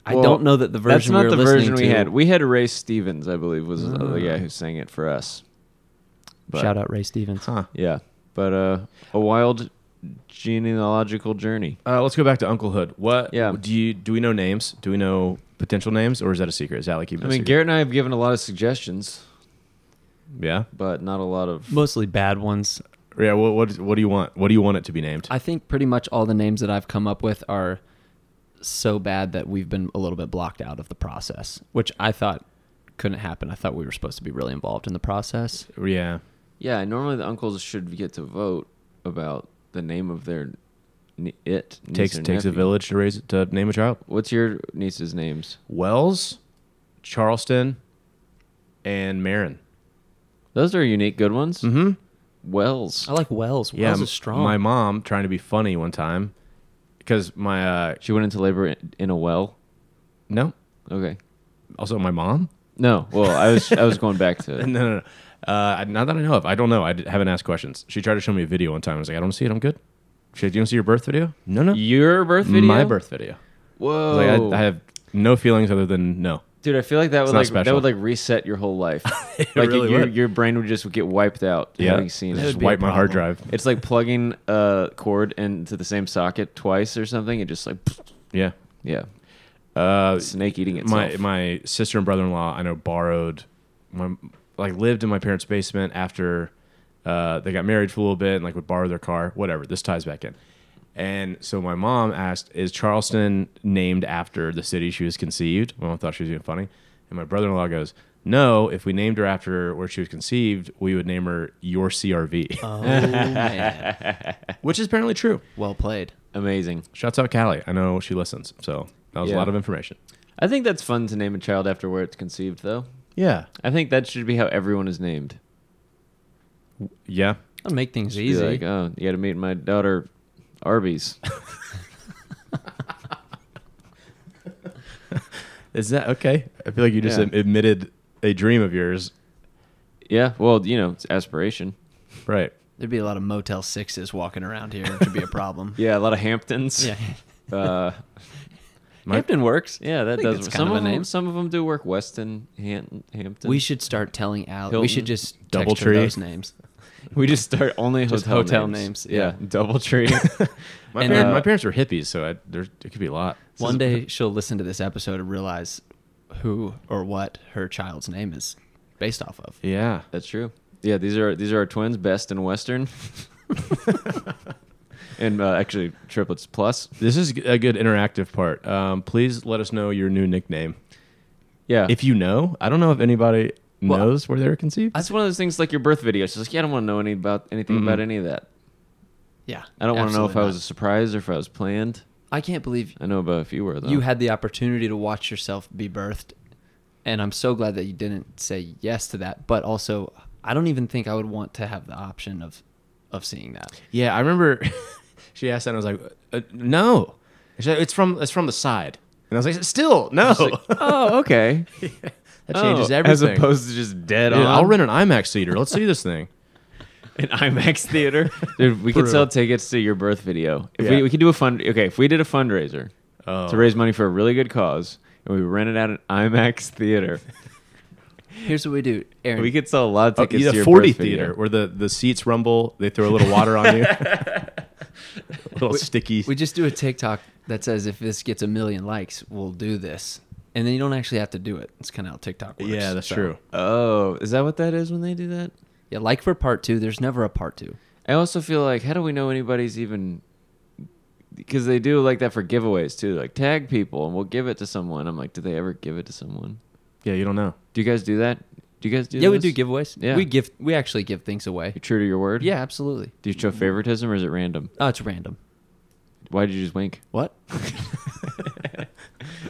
S4: I
S3: Well,
S4: don't know that the version
S3: That's not
S4: we were
S3: the
S4: listening
S3: version we
S4: to-
S3: had. We had Ray Stevens, I believe, was the
S1: Mm.
S3: other guy who sang it for us. But-
S4: Shout out Ray Stevens.
S1: Huh.
S3: Yeah, but uh, a wild genealogical journey.
S1: Uh, let's go back to Uncle Hood. What
S3: Yeah.
S1: do you do we know names? Do we know potential names or is that a secret? Is that like keeping
S3: I
S1: a
S3: mean,
S1: secret?
S3: Garrett and I have given a lot of suggestions,
S1: Yeah.
S3: but not a lot of.
S4: Mostly bad ones.
S1: Yeah, what, what what do you want? What do you want it to be named?
S5: I think pretty much all the names that I've come up with are so bad that we've been a little bit blocked out of the process, which I thought couldn't happen. I thought we were supposed to be really involved in the process.
S1: yeah.
S3: Yeah, normally the uncles should get to vote about the name of their ni- it niece
S1: takes
S3: or
S1: takes a
S3: nephew.
S1: village to raise to name a child.
S3: What's your niece's names?
S1: Wells, Charleston, and Marin.
S3: Those are unique, good ones. Mm-hmm. Wells.
S4: I like Wells.
S1: Yeah,
S4: Wells
S1: m-
S4: is strong.
S1: My mom trying to be funny one time because my uh
S3: She went into labor in, in a well.
S1: no,
S3: Okay.
S1: also my mom.
S3: No. Well, I was I was going back to.
S1: No, no, no. Uh, not that I know of. I don't know. I d- haven't asked questions. She tried to show me a video one time. I was like, I don't see it. I'm good. She said, "You don't see your birth video? No, no.
S3: Your birth video.
S1: My birth video. I
S3: Whoa.
S1: was
S4: Oh.
S1: like, I, I have no feelings other than no.
S3: Dude, I feel like that would
S1: not
S3: like that
S1: special.
S3: would like reset your whole life. like
S1: really
S3: your
S1: would.
S3: your brain would just get wiped out having seen
S1: just
S3: it.
S1: wipe my hard drive.
S3: It's like plugging a cord into the same socket twice or something. It just like
S1: Yeah.
S3: yeah,
S1: Uh,
S3: snake eating itself.
S1: my my sister and brother in law I know borrowed my like lived in my parents' basement after uh, they got married for a little bit and like would borrow their car, whatever. This ties back in. And so my mom asked, "Is Charleston named after the city she was conceived?" My mom thought she was being funny, and my brother in law goes, "No, if we named her after where she was conceived, we would name her your CRV,"
S4: Oh,
S5: Man,
S1: which is apparently true.
S5: well played.
S3: Amazing.
S1: Shouts out Callie, I know she listens, so that was
S3: Yeah.
S1: a lot of information.
S3: I think that's fun to name a child after where it's conceived, though.
S1: Yeah,
S3: I think that should be how everyone is named.
S1: yeah.
S4: That'll make things
S3: Be
S4: easy.
S3: like, oh, you got to meet my daughter, Arby's.
S1: Is that okay? I feel like you just
S3: Yeah.
S1: ad- admitted a dream of yours.
S3: yeah, well, you know, it's aspiration.
S1: Right.
S5: There'd be a lot of Motel Sixes walking around here, which would be a problem.
S3: Yeah, a lot of Hamptons.
S5: yeah.
S3: Uh,
S6: Hampton works.
S3: yeah, that
S4: think
S3: does.
S4: that's
S3: Some
S4: kind of
S3: of,
S4: a
S3: them,
S4: name.
S3: some of them do work. Weston, Han- Hampton.
S4: We should start telling Alex.
S3: Hilton.
S4: We should just
S1: Double
S4: text her
S1: Tree.
S4: those names.
S3: we just start only
S6: Just
S3: hotel
S6: hotel
S3: names.
S6: names, yeah.
S3: DoubleTree.
S1: My,
S4: And,
S1: parent-
S4: uh,
S1: my parents were hippies, so I, there it could be a lot. This
S4: One
S1: is-
S4: day she'll listen to this episode and realize who or what her child's name is based off of.
S1: yeah.
S3: That's true. Yeah, these are these are our twins, Best and Western, and uh, actually triplets plus.
S1: This is a good interactive part. Um, please let us know your new nickname.
S3: Yeah,
S1: If you know, I don't know if anybody
S3: Well,
S1: knows where they were conceived.
S3: that's one of those things like your birth video. It's just like yeah, I don't want to know any about anything about any of that.
S4: Yeah.
S3: I don't want to know if
S4: absolutely
S3: I was Uh, a
S4: not.
S3: surprise or if I was planned.
S4: I can't believe
S3: I know about a few were though.
S4: you had the opportunity to watch yourself be birthed. And I'm so glad that you didn't say yes to that. But also, I don't even think I would want to have the option of of seeing that.
S1: yeah, I remember she asked that, and I was like, uh, "No, And she's like, it's from it's from the side." And I was like, "Still no."
S3: oh, okay. Oh.
S1: that changes everything.
S3: As opposed to just dead
S1: Dude,
S3: on.
S1: I'll rent an IMAX theater. Let's see this thing.
S3: an IMAX theater. Dude, we could sell tickets to your birth video. If
S1: Yeah.
S3: we, we could do a fund. Okay, if we did a fundraiser
S1: Oh.
S3: to raise money for a really good cause, and we rented out an IMAX theater,
S4: Here's what we do, Aaron.
S3: we could sell a lot of
S1: Oh,
S3: tickets to
S1: yeah,
S3: your
S1: 40
S3: birth video.
S1: theater where the, the seats rumble, they throw a little water on you. a little sticky.
S4: We just do a TikTok that says if this gets a million likes, we'll do this. And then you don't actually have to do it. It's kind of how TikTok works.
S1: yeah, that's
S4: So-
S1: true.
S3: Oh, is that what that is when they do that?
S4: Yeah, like for part two, there's never a part two.
S3: I also feel like how do we know anybody's even because they do like that for giveaways too, like tag people and we'll give it to someone. I'm like, do they ever give it to someone?
S1: Yeah, you don't know.
S3: Do you guys do that? Do you guys do?
S4: Yeah, we
S3: this?
S4: do giveaways.
S3: Yeah.
S4: We give we actually give things away.
S3: You true to your word?
S4: Yeah, absolutely.
S3: Do you show favoritism or is it random?
S4: Oh, it's random.
S3: Why did you just wink?
S4: What?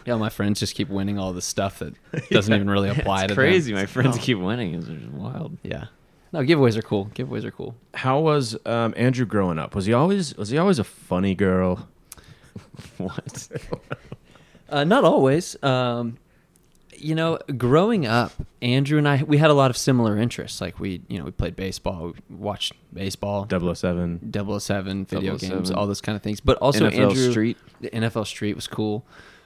S4: yeah, my friends just keep winning all this stuff that doesn't even really apply
S3: It's
S4: to
S3: crazy.
S4: them.
S3: My friends keep winning. It's just wild.
S4: Yeah. No, giveaways are cool. Giveaways are cool.
S1: How was um, Andrew growing up? Was he always was he always a funny girl?
S3: What?
S4: Uh, not always. Um, you know, growing up, Andrew and I we had a lot of similar interests. Like we, you know, we played baseball, we watched baseball,
S1: 007.
S4: 007 video
S3: 007.
S4: games, all those kind of things. But also
S3: NFL
S4: Andrew
S3: Street.
S4: the NFL Street was cool.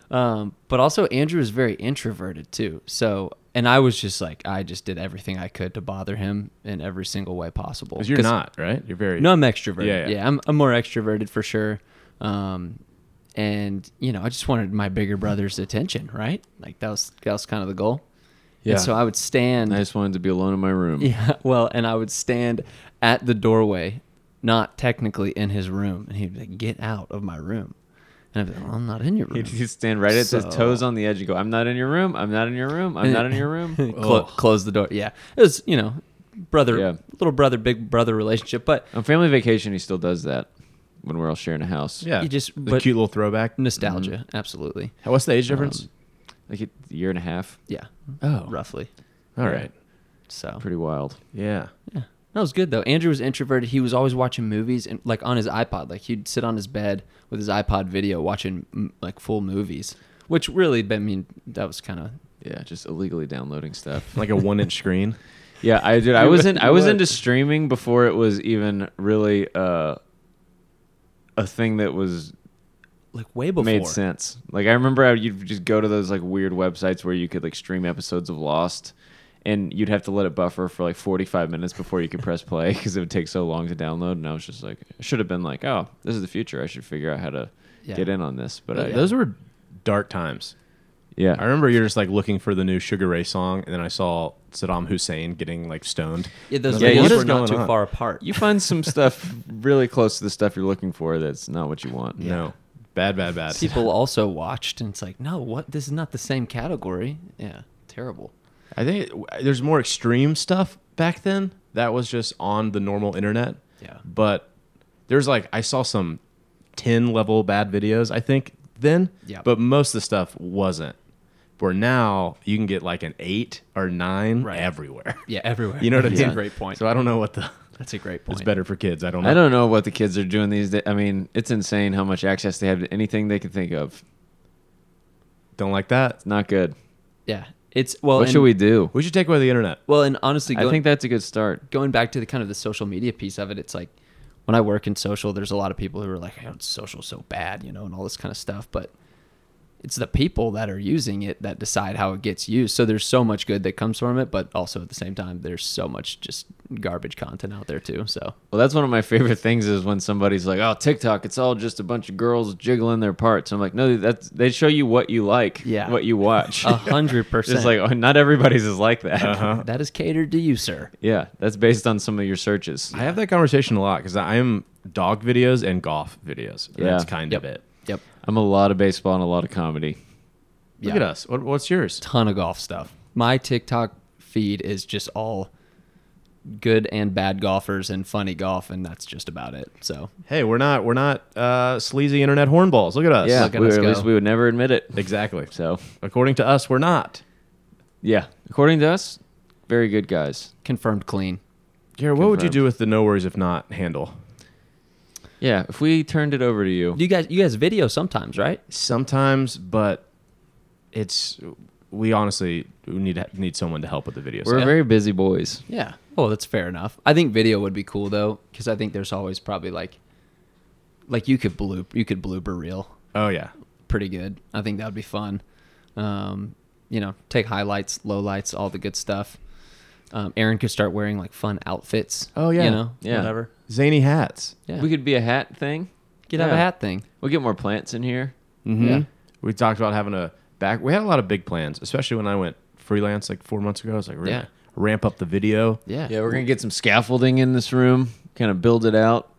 S4: Um, but also Andrew was very introverted too. So and I was just like I just did everything I could to bother him in every single way possible.
S1: 'Cause you're
S4: 'Cause-
S1: not, right? You're very
S4: no, I'm extroverted.
S1: Yeah,
S4: Yeah,
S1: yeah.
S4: I'm, I'm more extroverted for sure. Um, and you know, I just wanted my bigger brother's attention, right? Like that was that was kind of the goal.
S1: Yeah.
S4: And so I would stand.
S3: I just wanted to be alone in my room.
S4: Yeah. Well, and I would stand at the doorway, not technically in his room, and he'd be like, "Get out of my room." And I'd be like, well, "I'm not in your room."
S3: He'd just stand right at
S4: So-
S3: his toes on the edge and go, "I'm not in your room. I'm not in your room. I'm not in your room."
S4: Clo- close the door. Yeah. It was you know, brother,
S3: Yeah. Mm-hmm.
S4: little brother, big brother relationship, but
S3: On family vacation, he still does that when we're all sharing a house.
S1: Yeah.
S4: you just-
S1: the
S4: but-
S1: cute little throwback.
S4: nostalgia, absolutely.
S1: How- What's the age difference?
S4: Um,
S3: like a year and a half.
S4: Yeah.
S1: Oh.
S4: Roughly.
S1: All right.
S4: So
S3: Pretty wild.
S1: Yeah.
S4: Yeah. That was good though. Andrew was introverted. He was always watching movies and like on his iPod. Like he'd sit on his bed with his iPod video watching m- like full movies, which really, I mean, that was kind of
S3: Yeah, just illegally downloading stuff.
S1: Like a 1-inch screen.
S3: yeah, I did. I was in. I was
S1: What?
S3: into streaming before it was even really uh, a thing that was
S4: like way before.
S3: made sense. Like I remember, I, you'd just go to those like weird websites where you could like stream episodes of Lost, and you'd have to let it buffer for like forty five minutes before you could press play because it would take so long to download. And I was just like, I should have been like, oh, this is the future. I should figure out how to
S4: Yeah.
S3: get in on this. But I,
S1: Those were dark times.
S3: yeah,
S1: I remember you're just like looking for the new Sugar Ray song and then I saw Saddam Hussein getting like stoned.
S4: Yeah, those
S1: And I was
S3: Yeah,
S4: movies
S3: what
S1: "What
S4: were
S1: is
S4: not too
S1: going on?"
S4: far apart.
S3: you find some stuff really close to the stuff you're looking for that's not what you want.
S1: No. Bad, bad, bad.
S4: People also watched, and it's like, no, what? This is not the same category. Yeah, terrible.
S1: I think it- there's more extreme stuff back then that was just on the normal internet.
S4: Yeah.
S1: But there's like I saw some 10 level bad videos I think then.
S4: Yeah.
S1: But most of the stuff wasn't. Where now you can get like an 8 or 9
S4: Right.
S1: everywhere.
S4: Yeah, everywhere.
S1: You know what I mean?
S4: That's a great point.
S1: So I don't know what the
S4: That's a great point.
S1: it's better for kids. I don't know.
S3: I don't know what the kids are doing these days. I mean, it's insane how much access they have to anything they can think of.
S1: Don't like that.
S3: It's not good.
S4: Yeah, it's well.
S3: what
S4: and,
S3: should we do?
S1: We should take away the internet.
S4: Well, and honestly,
S3: I
S4: going-
S3: think that's a good start.
S4: going back to the kind of the social media piece of it, it's like when I work in social, there's a lot of people who are like, oh, social's so bad, you know, and all this kind of stuff. But it's the people that are using it that decide how it gets used. So there's so much good that comes from it, but also at the same time, there's so much just garbage content out there too. So
S3: Well, that's one of my favorite things is when somebody's like, "Oh, TikTok, it's all just a bunch of girls jiggling their parts." I'm like, "No, that's they show you what you like,
S4: Yeah.
S3: what you watch."
S4: a hundred
S3: it's
S4: percent.
S3: like, oh, not everybody's is like that.
S1: Uh-huh.
S4: that is catered to you, sir.
S3: Yeah, that's based on some of your searches.
S1: I have that conversation a lot because I am dog videos and golf videos. And
S3: Yeah.
S1: That's kind of
S4: Yep.
S1: it.
S4: Yep.
S3: I'm a lot of baseball and a lot of comedy.
S1: Look at us. What, what's yours?
S4: ton of golf stuff. My TikTok feed is just all good and bad golfers and funny golf, and that's just about it. So
S1: Hey, we're not we're not uh, sleazy internet hornballs. Look at us.
S3: Yeah,
S4: Look at
S3: we-
S4: us
S3: or at
S4: go.
S3: least we would never admit it.
S1: exactly.
S3: So,
S1: According to us, we're not.
S3: yeah, according to us, very good guys.
S4: confirmed clean.
S1: Garrett, what would you
S3: Confirmed.
S1: do with the no worries if not handle?
S3: Yeah, if we turned it over to you,
S4: You guys, you guys video sometimes, right?
S1: Sometimes, but it's we honestly need need someone to help with the video.
S3: we're
S1: side.
S3: very busy boys.
S4: Yeah. Oh, that's fair enough. I think video would be cool though, because I think there's always probably like, like you could bloop, you could blooper reel
S1: oh yeah,
S4: pretty good. I think that would be fun. Um, you know, take highlights, lowlights, all the good stuff. Um, Aaron could start wearing like fun outfits.
S1: Oh, yeah.
S4: you know,
S3: Yeah.
S4: whatever.
S1: zany hats.
S4: Yeah,
S3: We could be a hat thing.
S4: could have a
S3: yeah.
S4: hat thing.
S3: We'll get more plants in here.
S4: Yeah.
S1: We talked about having a back. We had a lot of big plans, especially when I went freelance like four months ago. I was like, we're
S3: Yeah.
S1: gonna ramp up the video.
S4: Yeah.
S3: Yeah, we're gonna get some scaffolding in this room, kind of build it out.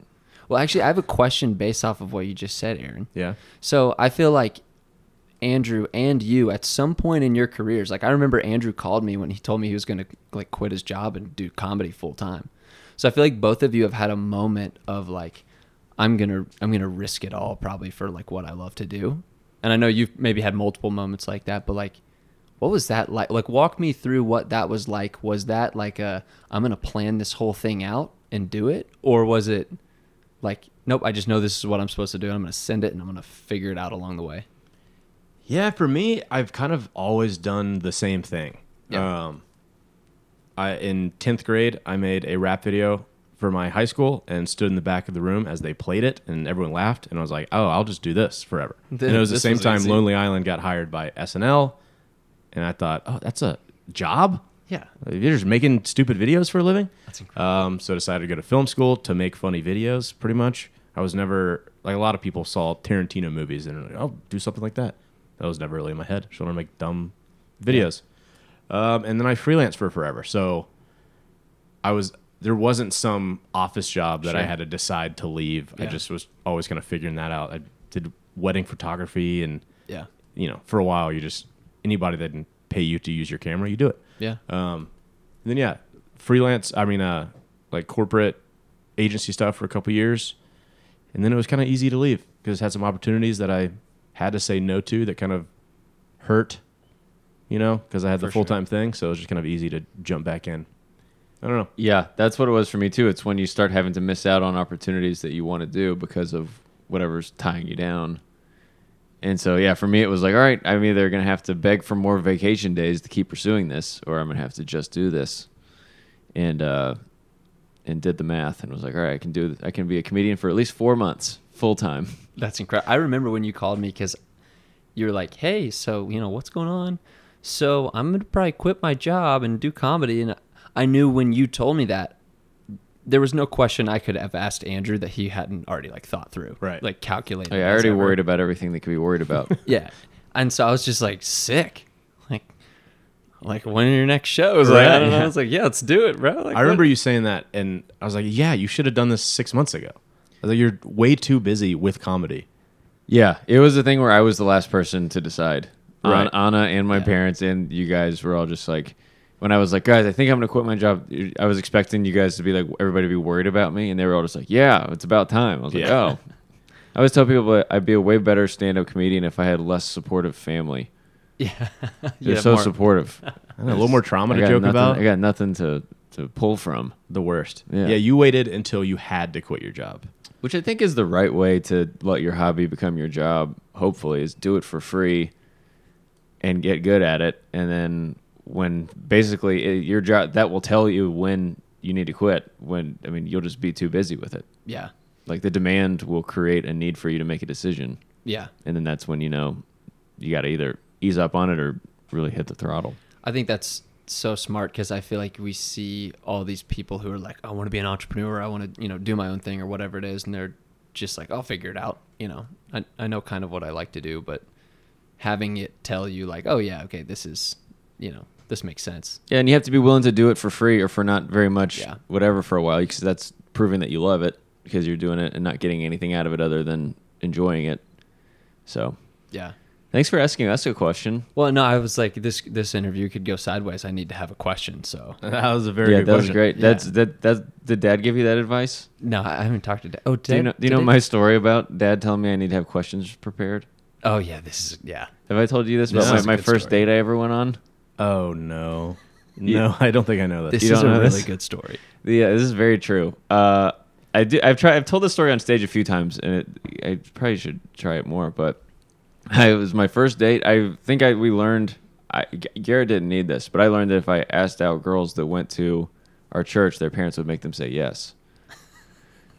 S4: Well, actually, I have a question based off of what you just said, Aaron.
S1: Yeah.
S4: So I feel like Andrew and you, at some point in your careers, like I remember Andrew called me when he told me he was going to like quit his job and do comedy full time. So I feel like both of you have had a moment of like, I'm gonna I'm gonna risk it all probably for like what I love to do. And I know you've maybe had multiple moments like that, but like what was that like like walk me through what that was like was that like a i'm gonna plan this whole thing out and do it or was it like nope i just know this is what i'm supposed to do and i'm gonna send it and i'm gonna figure it out along the way
S1: Yeah, for me, I've kind of always done the same thing.
S4: Yeah.
S1: Um, I in tenth grade, I made a rap video for my high school and stood in the back of the room as they played it, and everyone laughed. And I was like, "Oh, I'll just do this forever." and it was the
S4: This
S1: same
S4: was
S1: time
S4: easy.
S1: Lonely Island got hired by SNL, and I thought, "Oh, that's a job."
S4: yeah
S1: You're just making stupid videos for a living.
S4: That's incredible.
S1: Um, so I decided to go to film school to make funny videos. Pretty much, I was never like a lot of people saw Tarantino movies and they're like, I'll do something like that. That was never really in my head. Just want to make dumb videos. Um, and then I freelanced for forever. So I was there wasn't some office job that I had to decide to leave. I
S4: Yeah.
S1: just was always kind of figuring that out. I did wedding photography and
S4: yeah
S1: you know for a while you just anybody that didn't pay you to use your camera you do it.
S4: yeah
S1: And then yeah, freelance. I mean, uh, like corporate agency stuff for a couple years, and then it was kind of easy to leave because had some opportunities that I had to say no to that kind of hurt, you know, because I had the full time thing. So it was just kind of easy to jump back in. I don't know.
S3: Yeah, that's what it was for me too. It's when you start having to miss out on opportunities that you want to do because of whatever's tying you down. And so, yeah, for me, it was like, all right, I'm either going to have to beg for more vacation days to keep pursuing this, or I'm going to have to just do this. And uh, and did the math and was like, all right, I can do, th- I can be a comedian for at least four months full time.
S4: That's incredible. I remember when you called me because you were like, "Hey, so you know what's going on? So I'm gonna probably quit my job and do comedy." And I knew when you told me that, there was no question I could have asked Andrew that he hadn't already like thought through,
S1: Right.
S4: Like calculated.
S3: Like, I
S4: as
S3: already
S4: ever.
S3: worried about everything that could be worried about.
S4: Yeah, and so I was just like sick, like. Like when are your next shows?
S1: Right,
S4: Like, I don't know.
S1: yeah.
S4: I was like, yeah, let's do it, bro. Like,
S1: I remember you saying that, and I was like, yeah, you should have done this six months ago. I was like, you're way too busy with comedy.
S3: Yeah, it was the thing where I was the last person to decide.
S1: Right.
S3: An- Anna and my
S4: Yeah.
S3: parents and you guys were all just like, when I was like, guys, I think I'm gonna quit my job. I was expecting you guys to be like, everybody to be worried about me, and they were all just like, yeah, it's about time. I was like,
S1: Yeah.
S3: oh. I always tell people that I'd be a way better stand-up comedian if I had less supportive family. Yeah, they're
S4: have
S3: so
S4: more-
S3: supportive.
S1: I don't know, a little more trauma to joke
S3: nothing,
S1: about.
S3: I got nothing to to pull from.
S1: the worst.
S3: Yeah.
S1: yeah, you waited until you had to quit your job.
S3: Which I think is the right way to let your hobby become your job, hopefully, is do it for free and get good at it. And then when basically eh, it, your job, that will tell you when you need to quit. When, I mean, you'll just be too busy with it.
S4: yeah,
S3: Like the demand will create a need for you to make a decision,
S5: Yeah.
S3: and then that's when you know you got to either ease up on it or really hit the throttle.
S5: I think that's so smart because I feel like we see all these people who are like, I want to be an entrepreneur, I want to, you know, do my own thing or whatever it is, and they're just like, I'll figure it out. You know, I I know kind of what I like to do, but having it tell you like, oh yeah, okay, this is, you know, this makes sense.
S3: Yeah, and you have to be willing to do it for free or for not very much,
S5: Yeah.
S3: whatever, for a while, because that's proving that you love it because you're doing it and not getting anything out of it other than enjoying it. So,
S5: Yeah.
S3: thanks for asking us a question.
S5: Well, no, I was like, this this interview could go sideways. I need to have a question. So
S1: That was a very
S3: yeah,
S1: good
S3: that was
S1: question.
S3: great.
S5: Yeah.
S3: That's that. That did Dad give you that advice?
S5: no, I haven't talked to. Dad. Oh, did
S3: Do
S5: I-
S3: you know? Do you
S5: did
S3: know
S5: I-
S3: my story about Dad telling me I need to have questions prepared?
S5: Oh yeah, this is yeah.
S3: Have I told you this
S1: This
S3: about
S1: is a
S3: my, my
S1: good
S3: first
S1: story.
S3: date I ever went on?
S1: Oh no,
S3: Yeah.
S1: no, I don't think I know that.
S5: This
S3: You
S5: is a
S3: don't know
S5: really
S3: this?
S5: good story.
S3: Yeah, this is very true. Uh, I do, I've tried. I've told this story on stage a few times, and it, I probably should try it more. But I, it was my first date. I think I we learned. I, G- Garrett didn't need this, but I learned that if I asked out girls that went to our church, their parents would make them say yes,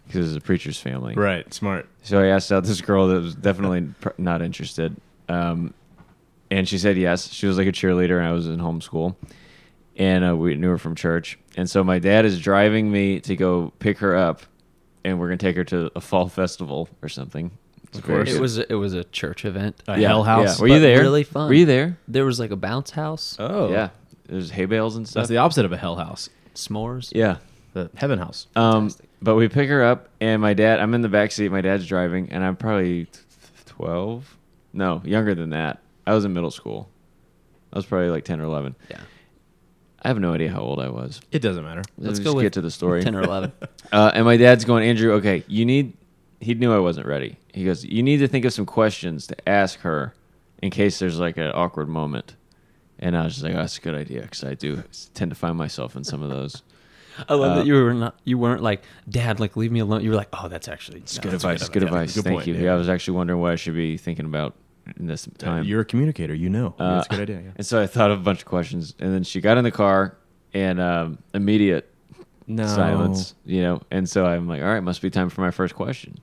S3: because it's a preacher's family.
S1: right, smart.
S3: So I asked out this girl that was definitely pr- not interested. Um, and she said yes. She was like a cheerleader, and I was in homeschool. And uh, we knew her from church. And so my dad is driving me to go pick her up, and we're going to take her to a fall festival or something. Of
S1: course.
S5: It was it was a church event.
S1: A hell house.
S3: Were you
S5: but
S3: there?
S5: really fun.
S3: Were you there?
S5: There was like a bounce house,
S1: Oh
S3: Yeah. There's hay bales and stuff.
S1: that's the opposite of a hell house.
S5: s'mores.
S3: yeah.
S1: The heaven house.
S3: Um, but we pick her up, and my dad. I'm in the back seat. My dad's driving, and I'm probably t- twelve. No, younger than that. I was in middle school. I was probably like ten or eleven.
S5: Yeah.
S3: I have no idea how old I was.
S1: It doesn't matter.
S5: Let's
S3: me
S5: go
S3: just
S5: with
S3: get to the story.
S5: 10 or 11.
S3: Uh, and my dad's going, Andrew. Okay, you need. He knew I wasn't ready. He goes, you need to think of some questions to ask her, in case there's like an awkward moment. And I was just like, oh, that's a good idea because I do tend to find myself in some of those.
S5: I love
S3: Uh,
S5: that you were not you weren't like, "Dad, like leave me alone." You were like, "Oh, that's actually no,
S3: good
S1: that's
S3: advice.
S1: good
S3: Good
S1: idea.
S3: advice.
S1: Good
S3: Thank
S1: point,
S3: you.
S1: yeah. Uh,
S3: Yeah, I was actually wondering what I should be thinking about in this time.
S1: You're a communicator. You know.
S3: Uh,
S1: that's a good idea. Yeah.
S3: And so I thought of a bunch of questions, and then she got in the car, and um, immediate
S1: No
S3: silence. You know, and so I'm like, all right, must be time for my first question.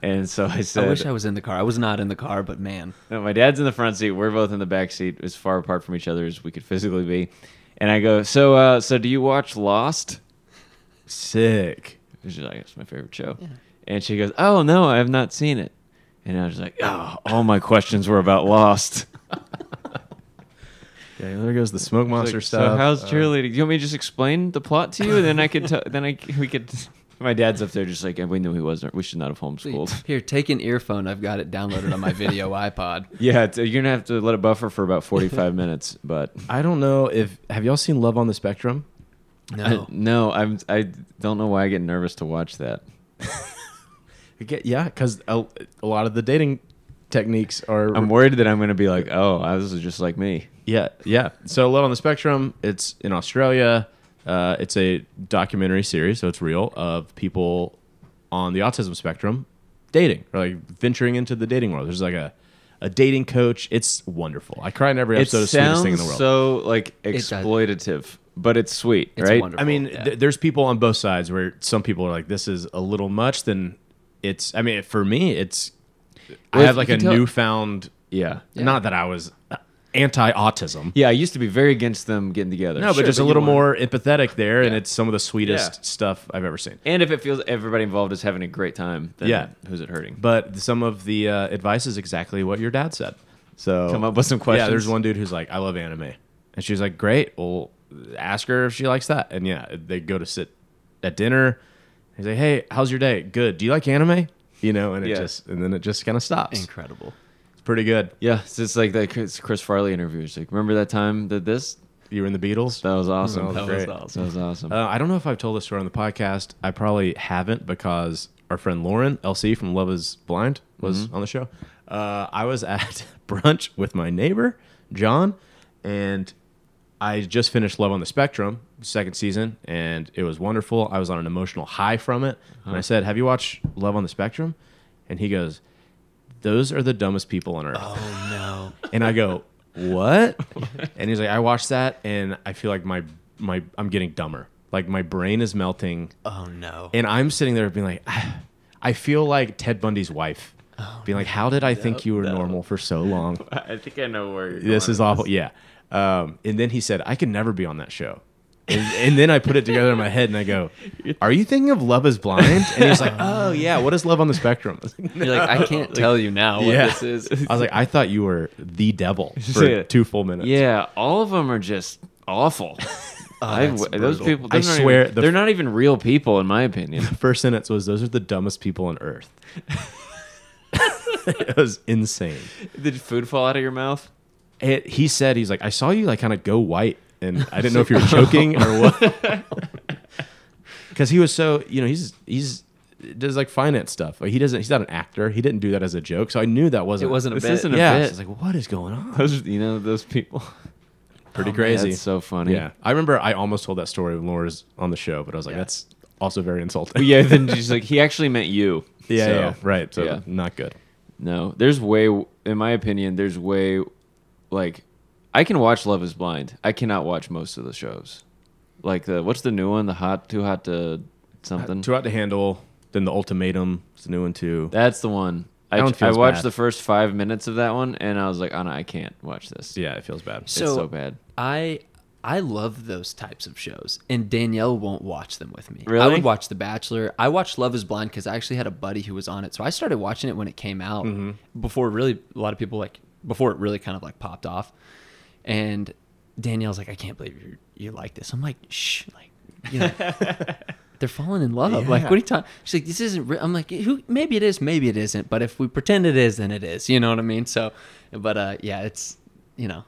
S3: and so I
S5: I
S3: said,
S5: wish I was in the car. I was not in the car, but man,
S3: no, my dad's in the front seat. We're both in the back seat, as far apart from each other as we could physically be. And I go, so, uh, so do you watch Lost?
S1: Sick.
S3: And she's like, it's my favorite show. And she goes, oh, no, I have not seen it. And I was like, oh, all my questions were about Lost.
S1: Yeah, there goes the smoke monster
S3: Like,
S1: stuff.
S3: So how's
S1: Uh,
S3: cheerleading? Do you want me to just explain the plot to you, and then I could, t- then I c- we could. My dad's up there just like, "Yeah, we knew he wasn't. We should not have homeschooled.
S5: here, take an earphone. I've got it downloaded on my video iPod.
S3: yeah, it's, you're gonna have to let it buffer for about 45 minutes. But
S1: I don't know if have y'all seen Love on the Spectrum?
S5: No.
S3: I, no, I'm. I don't know why I get nervous to watch that.
S1: I get- Yeah, because a, a lot of the dating techniques are.
S3: I'm worried that I'm gonna be like, oh, I- this is just like me.
S1: yeah, yeah. So Love on the Spectrum. It's in Australia. Uh, it's a documentary series, so it's real of people on the autism spectrum dating or like venturing into the dating world. There's like a a dating coach. It's wonderful. I cry in every
S3: It
S1: episode. It's the sweetest
S3: sounds
S1: thing in the world.
S3: so like
S5: does.
S3: exploitative, but it's sweet,
S5: It's
S3: right?
S5: wonderful.
S1: I mean,
S5: Yeah.
S1: th- there's people on both sides where some people are like, "This is a little much." Then it's. I mean, for me, it's.
S3: Well,
S1: I have
S3: if
S1: like
S3: you
S1: a
S3: can tell-
S1: newfound.
S3: Yeah.
S1: Not that I was anti-autism.
S3: Yeah, I used to be very against them getting together.
S1: No, but just a little more empathetic there, and it's some of the sweetest
S3: Yeah.
S1: stuff I've ever seen.
S3: And if it feels everybody involved is having a great time, then
S1: Yeah.
S3: who's it hurting?
S1: But some of the uh, advice is exactly what your dad said. So
S3: Come up with some questions.
S1: Yeah, there's one dude who's like, "I love anime," and she's like, "Great, well, ask her if she likes that." And yeah, they go to sit at dinner. He's like, "Hey, how's your day? Good. Do you like anime?" You know, and it
S3: Yeah.
S1: just and then it just kind of stops.
S5: Incredible.
S1: It's pretty good.
S3: Yeah, it's just like that Chris, Chris Farley interview. It's like, remember that time that this?
S1: You were in the Beatles.
S3: That was awesome.
S1: That was
S3: That
S1: great.
S3: was awesome. That was awesome.
S1: Uh, I don't know if I've told this story on the podcast. I probably haven't because our friend Lauren LC from Love Is Blind was on the show. Uh, I was at brunch with my neighbor John, and I just finished Love on the Spectrum second season, and it was wonderful. I was on an emotional high from it, and I said, "Have you watched Love on the Spectrum?" And he goes, "Those are the dumbest people on earth."
S5: Oh no.
S1: And I go, "What?" and he's like, "I watched that, and I feel like my my I'm getting dumber." Like my brain is melting,
S7: Oh no.
S1: and I'm sitting there being like, "Ah." I feel like Ted Bundy's wife, being like, "How did I think you were normal for so long?"
S3: I think I know where you're
S1: this is awful. Yeah. Um, and then he said, I could never be on that show. And, and then I put it together in my head and I go, Are you thinking of Love is Blind? And he's like, Oh, yeah. What is love on the spectrum? I was like,
S4: You're like, I can't tell you now what
S1: Yeah.
S4: this is.
S1: I was like, I thought you were the devil for
S3: Yeah.
S1: two full minutes.
S3: Yeah, all of them are just awful.
S5: Oh,
S3: I,
S7: that's
S3: those
S7: brutal.
S3: people,
S1: Oh, I
S3: they're not
S1: swear
S3: even,
S1: the-
S3: they're not even real people, in my opinion.
S1: First sentence was, Those are the dumbest people on earth. it was insane.
S3: Did food fall out of your mouth?
S1: It, he said, He's like, I saw you like kind of go white. And I didn't know if you were choking or what. Because he was so, you know, he's, he's, does like finance stuff. Like he doesn't, he's not an actor. He didn't do that as a joke. So I knew that
S4: It
S1: wasn't,
S4: wasn't a
S3: This
S4: bit.
S3: isn't a
S1: yeah.
S3: bit.
S1: It's like, what is going on?
S3: Those, you know, those people.
S1: Pretty crazy.
S3: Oh, That's so funny.
S1: yeah. I remember I almost told that story when Laura was on the show, but I was like, that's also very insulting.
S3: yeah. Then she's like, he actually meant you.
S1: yeah,
S3: So,
S1: yeah, Right. So
S3: yeah.
S1: not good.
S3: No, there's way, in my opinion, there's way, like, I can watch Love Is Blind. I cannot watch most of the shows. Like the what's the new one? The hot, too hot to something.
S1: Two out to handle. Then the ultimatum is the new one too.
S3: That's the one. I,
S1: That one
S3: I
S1: feels
S3: watched
S1: bad.
S3: the first five minutes of that one, and I was like, Anna, I can't watch this.
S1: yeah, it feels bad.
S3: it's
S4: So-
S3: so bad.
S4: I I love those types of shows, and Danielle won't watch them with me. I
S3: Really?
S4: would watch The Bachelor. I watched Love Is Blind because I actually had a buddy who was on it, so I started watching it when it came out
S3: Mm-hmm.
S4: before really a lot of people like before it really kind of like popped off. And Danielle's like, I can't believe you you like this. I'm like, shh, like you know. They're falling in love. Like, what are you talking? She's like, this isn't. Re-. I'm like, who? Maybe it is. Maybe it isn't. But if we pretend it is, then it is. You know what I mean? So, but uh, yeah, it's you know,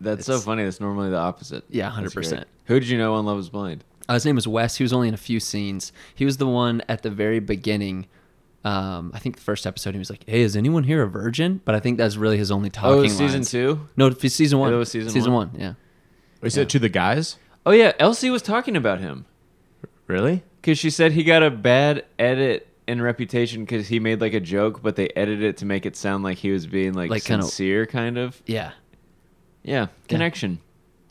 S3: That's so
S4: It's-
S3: funny. That's normally the opposite.
S4: Yeah,
S3: That's
S4: 100%.
S3: great. Who did you know on Love Is Blind?
S4: Uh, his name was Wes. He was only in a few scenes. He was the one at the very beginning. Um, I think the first episode, he was like, "Hey, is anyone here a virgin?" But I think that's really his only talking.
S3: Oh, season
S4: lines.
S3: two.
S4: No, it was season one.
S3: that was season one?
S4: one. Yeah.
S1: Wait, so to the guys?
S3: Oh yeah, Elsie was talking about him
S1: Really?
S3: because she said he got a bad edit and reputation because he made like a joke, but they edited it to make it sound like he was being like,
S4: Like, kinda-
S3: sincere, kind of.
S4: Yeah.
S3: Yeah, connection.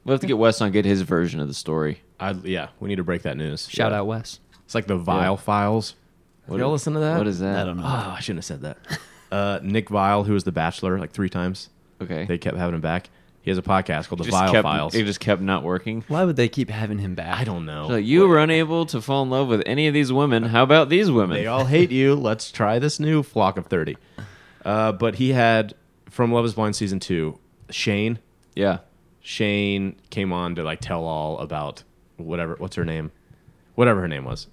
S3: We'll have to get Wes on get his version of the story.
S1: I, yeah, we need to break that news.
S4: Shout
S1: Yeah.
S4: out Wes.
S1: It's like the Vile Files. What y'all listen to that?
S3: What is that?
S4: I don't know.
S1: Oh, Uh, I shouldn't have said that. Uh, Nick Vile, who was The Bachelor like three times,
S3: Okay.
S1: they kept having him back. He has a podcast called The
S3: just
S1: Vile
S3: kept,
S1: Files.
S3: It just kept not working.
S4: Why would they keep having him back?
S1: I don't know.
S3: So you were unable to fall in love with any of these women. How about these women?
S1: they all hate you. Let's try this new flock of 30. Uh, but he had, from Love is Blind season two, Shane.
S3: yeah.
S1: Shane came on to like tell all about whatever, what's her name? Whatever her name was,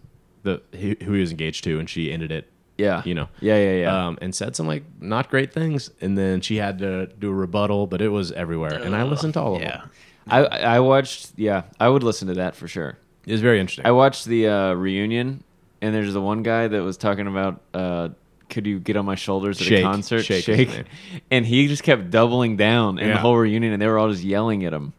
S1: the who who he was engaged to, and she ended it,
S3: Yeah.
S1: you know.
S3: Yeah, yeah, yeah.
S1: Um, and said some like not great things. And then she had to do a rebuttal, but it was everywhere. and I listened to all of them.
S3: I I watched. Yeah, I would listen to that for sure.
S1: It was very interesting.
S3: I watched the uh, reunion, and there's the one guy that was talking about. Uh, could you get on my shoulders at
S1: Shake.
S3: a concert?
S1: Shake is his name.
S3: And he just kept doubling down in the
S1: Yeah.
S3: whole reunion, and they were all just yelling at him.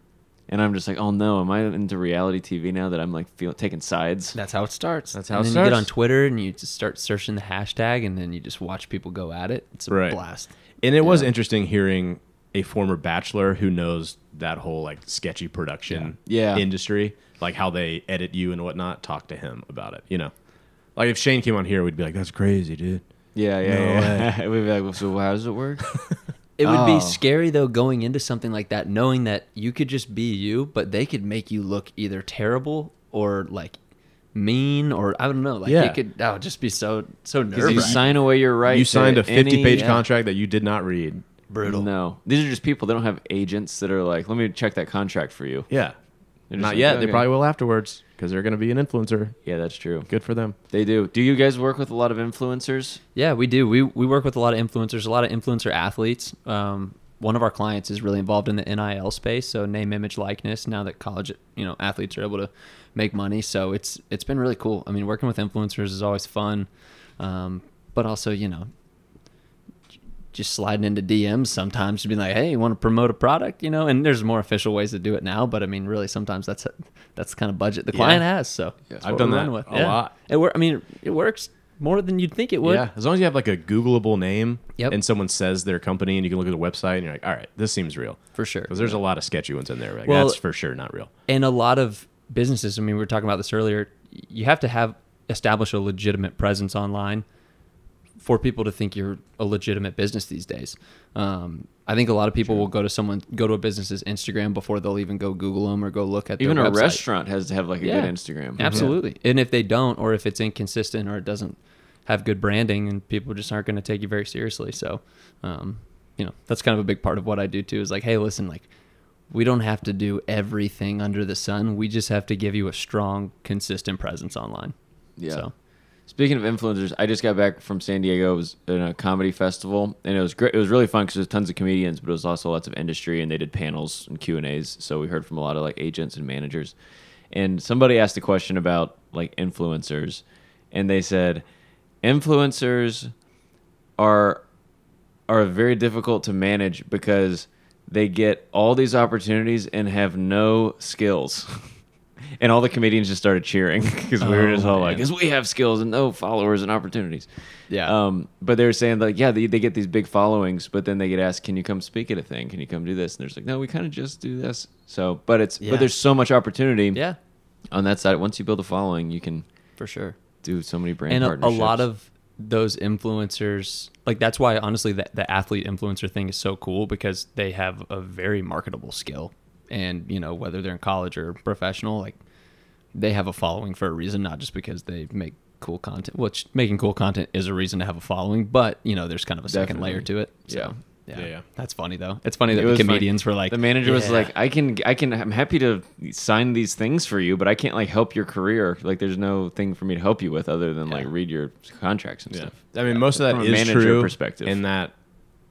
S3: And I'm just like, oh no, am I into reality TV now that I'm like feel, taking sides?
S4: That's how it starts.
S1: That's how
S4: and
S1: it
S4: then you get
S1: starts.
S4: on Twitter and you just start searching the hashtag, and then you just watch people go at it. It's a
S1: Right.
S4: blast.
S1: And it was interesting hearing a former bachelor who knows that whole like sketchy production
S3: Yeah. Yeah.
S1: industry, like how they edit you and whatnot, talk to him about it, you know. Like if Shane came on here, we'd be like, "That's crazy, dude."
S3: Yeah, yeah, yeah. yeah. We'd be like, well, so how does it work?
S4: It would
S3: Oh.
S4: be scary though going into something like that, knowing that you could just be you, but they could make you look either terrible or like mean or I don't know. Like
S1: Yeah.
S4: it could that would just be so so
S3: Because
S4: nerve
S3: you sign away your right.
S1: you signed a fifty-page
S3: contract.
S1: contract that you did not read.
S4: brutal.
S3: No, these are just people. They don't have agents that are like, let me check that contract for you.
S1: Yeah,
S3: They're just
S1: not
S3: like,
S1: yet. They
S3: okay.
S1: probably will afterwards because they're going to be an influencer.
S3: Yeah, that's true.
S1: Good for them.
S3: They do. Do you guys work with a lot of influencers?
S4: Yeah, we do. We we work with a lot of influencers, a lot of influencer athletes. Um, one of our clients is really involved in the NIL space, so name, image, likeness. Now that college, you know, athletes are able to make money, so it's it's been really cool. I mean, working with influencers is always fun, um, but also you know, j- just sliding into DMs sometimes to be like, hey, you want to promote a product, you know? And there's more official ways to do it now, but I mean, really, sometimes that's that's the kind of budget the client has. So that's
S1: I've
S4: what
S1: done
S4: we're
S1: that
S4: running
S1: a lot.
S4: It wor- I mean, it works more than you'd think it would.
S1: Yeah, as long as you have like a Googleable name,
S4: Yep.
S1: and someone says their company, and you can look at the website, and you're like, "All right, this seems real."
S4: For sure.
S1: Because there's a lot of sketchy ones in there. Like,
S4: Well-
S1: that's for sure not real.
S4: and a lot of businesses, I mean, we were talking about this earlier. You have to have establish a legitimate presence online for people to think you're a legitimate business these days. Um, I think a lot of people will go to someone, go to a business's Instagram before they'll even go Google them or go look at
S3: Even
S4: their
S3: a
S4: website.
S3: restaurant has to have like a good Instagram.
S4: Absolutely. And if they don't, or if it's inconsistent, or it doesn't have good branding, and people just aren't going to take you very seriously. So, um, you know, that's kind of a big part of what I do too. Is like, hey, listen, like, we don't have to do everything under the sun. We just have to give you a strong, consistent presence online.
S3: Yeah.
S4: So,
S3: Speaking of influencers, I just got back from San Diego. It was in a comedy festival, and it was great. It was really fun because there's tons of comedians, but it was also lots of industry, and they did panels and Q and A's. So we heard from a lot of like agents and managers. And somebody asked a question about like influencers, and they said influencers are are very difficult to manage because they get all these opportunities and have no skills. and all the comedians just started cheering because we were just
S4: Oh,
S3: all like, "Because we have skills and no followers and opportunities."
S4: Yeah.
S3: Um, but they were saying like, yeah, they, they get these big followings, but then they get asked, "Can you come speak at a thing? Can you come do this?" And there's like, "No, we kind of just do this." So, but it's
S4: Yeah.
S3: but there's so much opportunity.
S4: yeah,
S3: On that side, once you build a following, you can
S4: for sure.
S3: do so many brand
S4: and a, a
S3: partnerships.
S4: lot of those influencers like that's why honestly the, the athlete influencer thing is so cool because they have a very marketable skill and you know whether they're in college or professional like they have a following for a reason not just because they make cool content which making cool content is a reason to have a following but you know there's kind of a second
S3: Definitely.
S4: layer to it so,
S3: Yeah.
S4: yeah.
S1: Yeah, yeah.
S4: that's funny though it's funny that
S3: It
S4: the
S3: was funny.
S4: comedians were like
S3: the manager was
S4: "Yeah."
S3: like, I can, I can, I'm happy to sign these things for you, but I can't like help your career. Like, there's no thing for me to help you with other than like read your contracts and
S1: Yeah.
S3: stuff.
S1: I mean, most of
S3: From
S1: that
S3: a
S1: is
S3: manager
S1: true.
S3: perspective.
S1: in that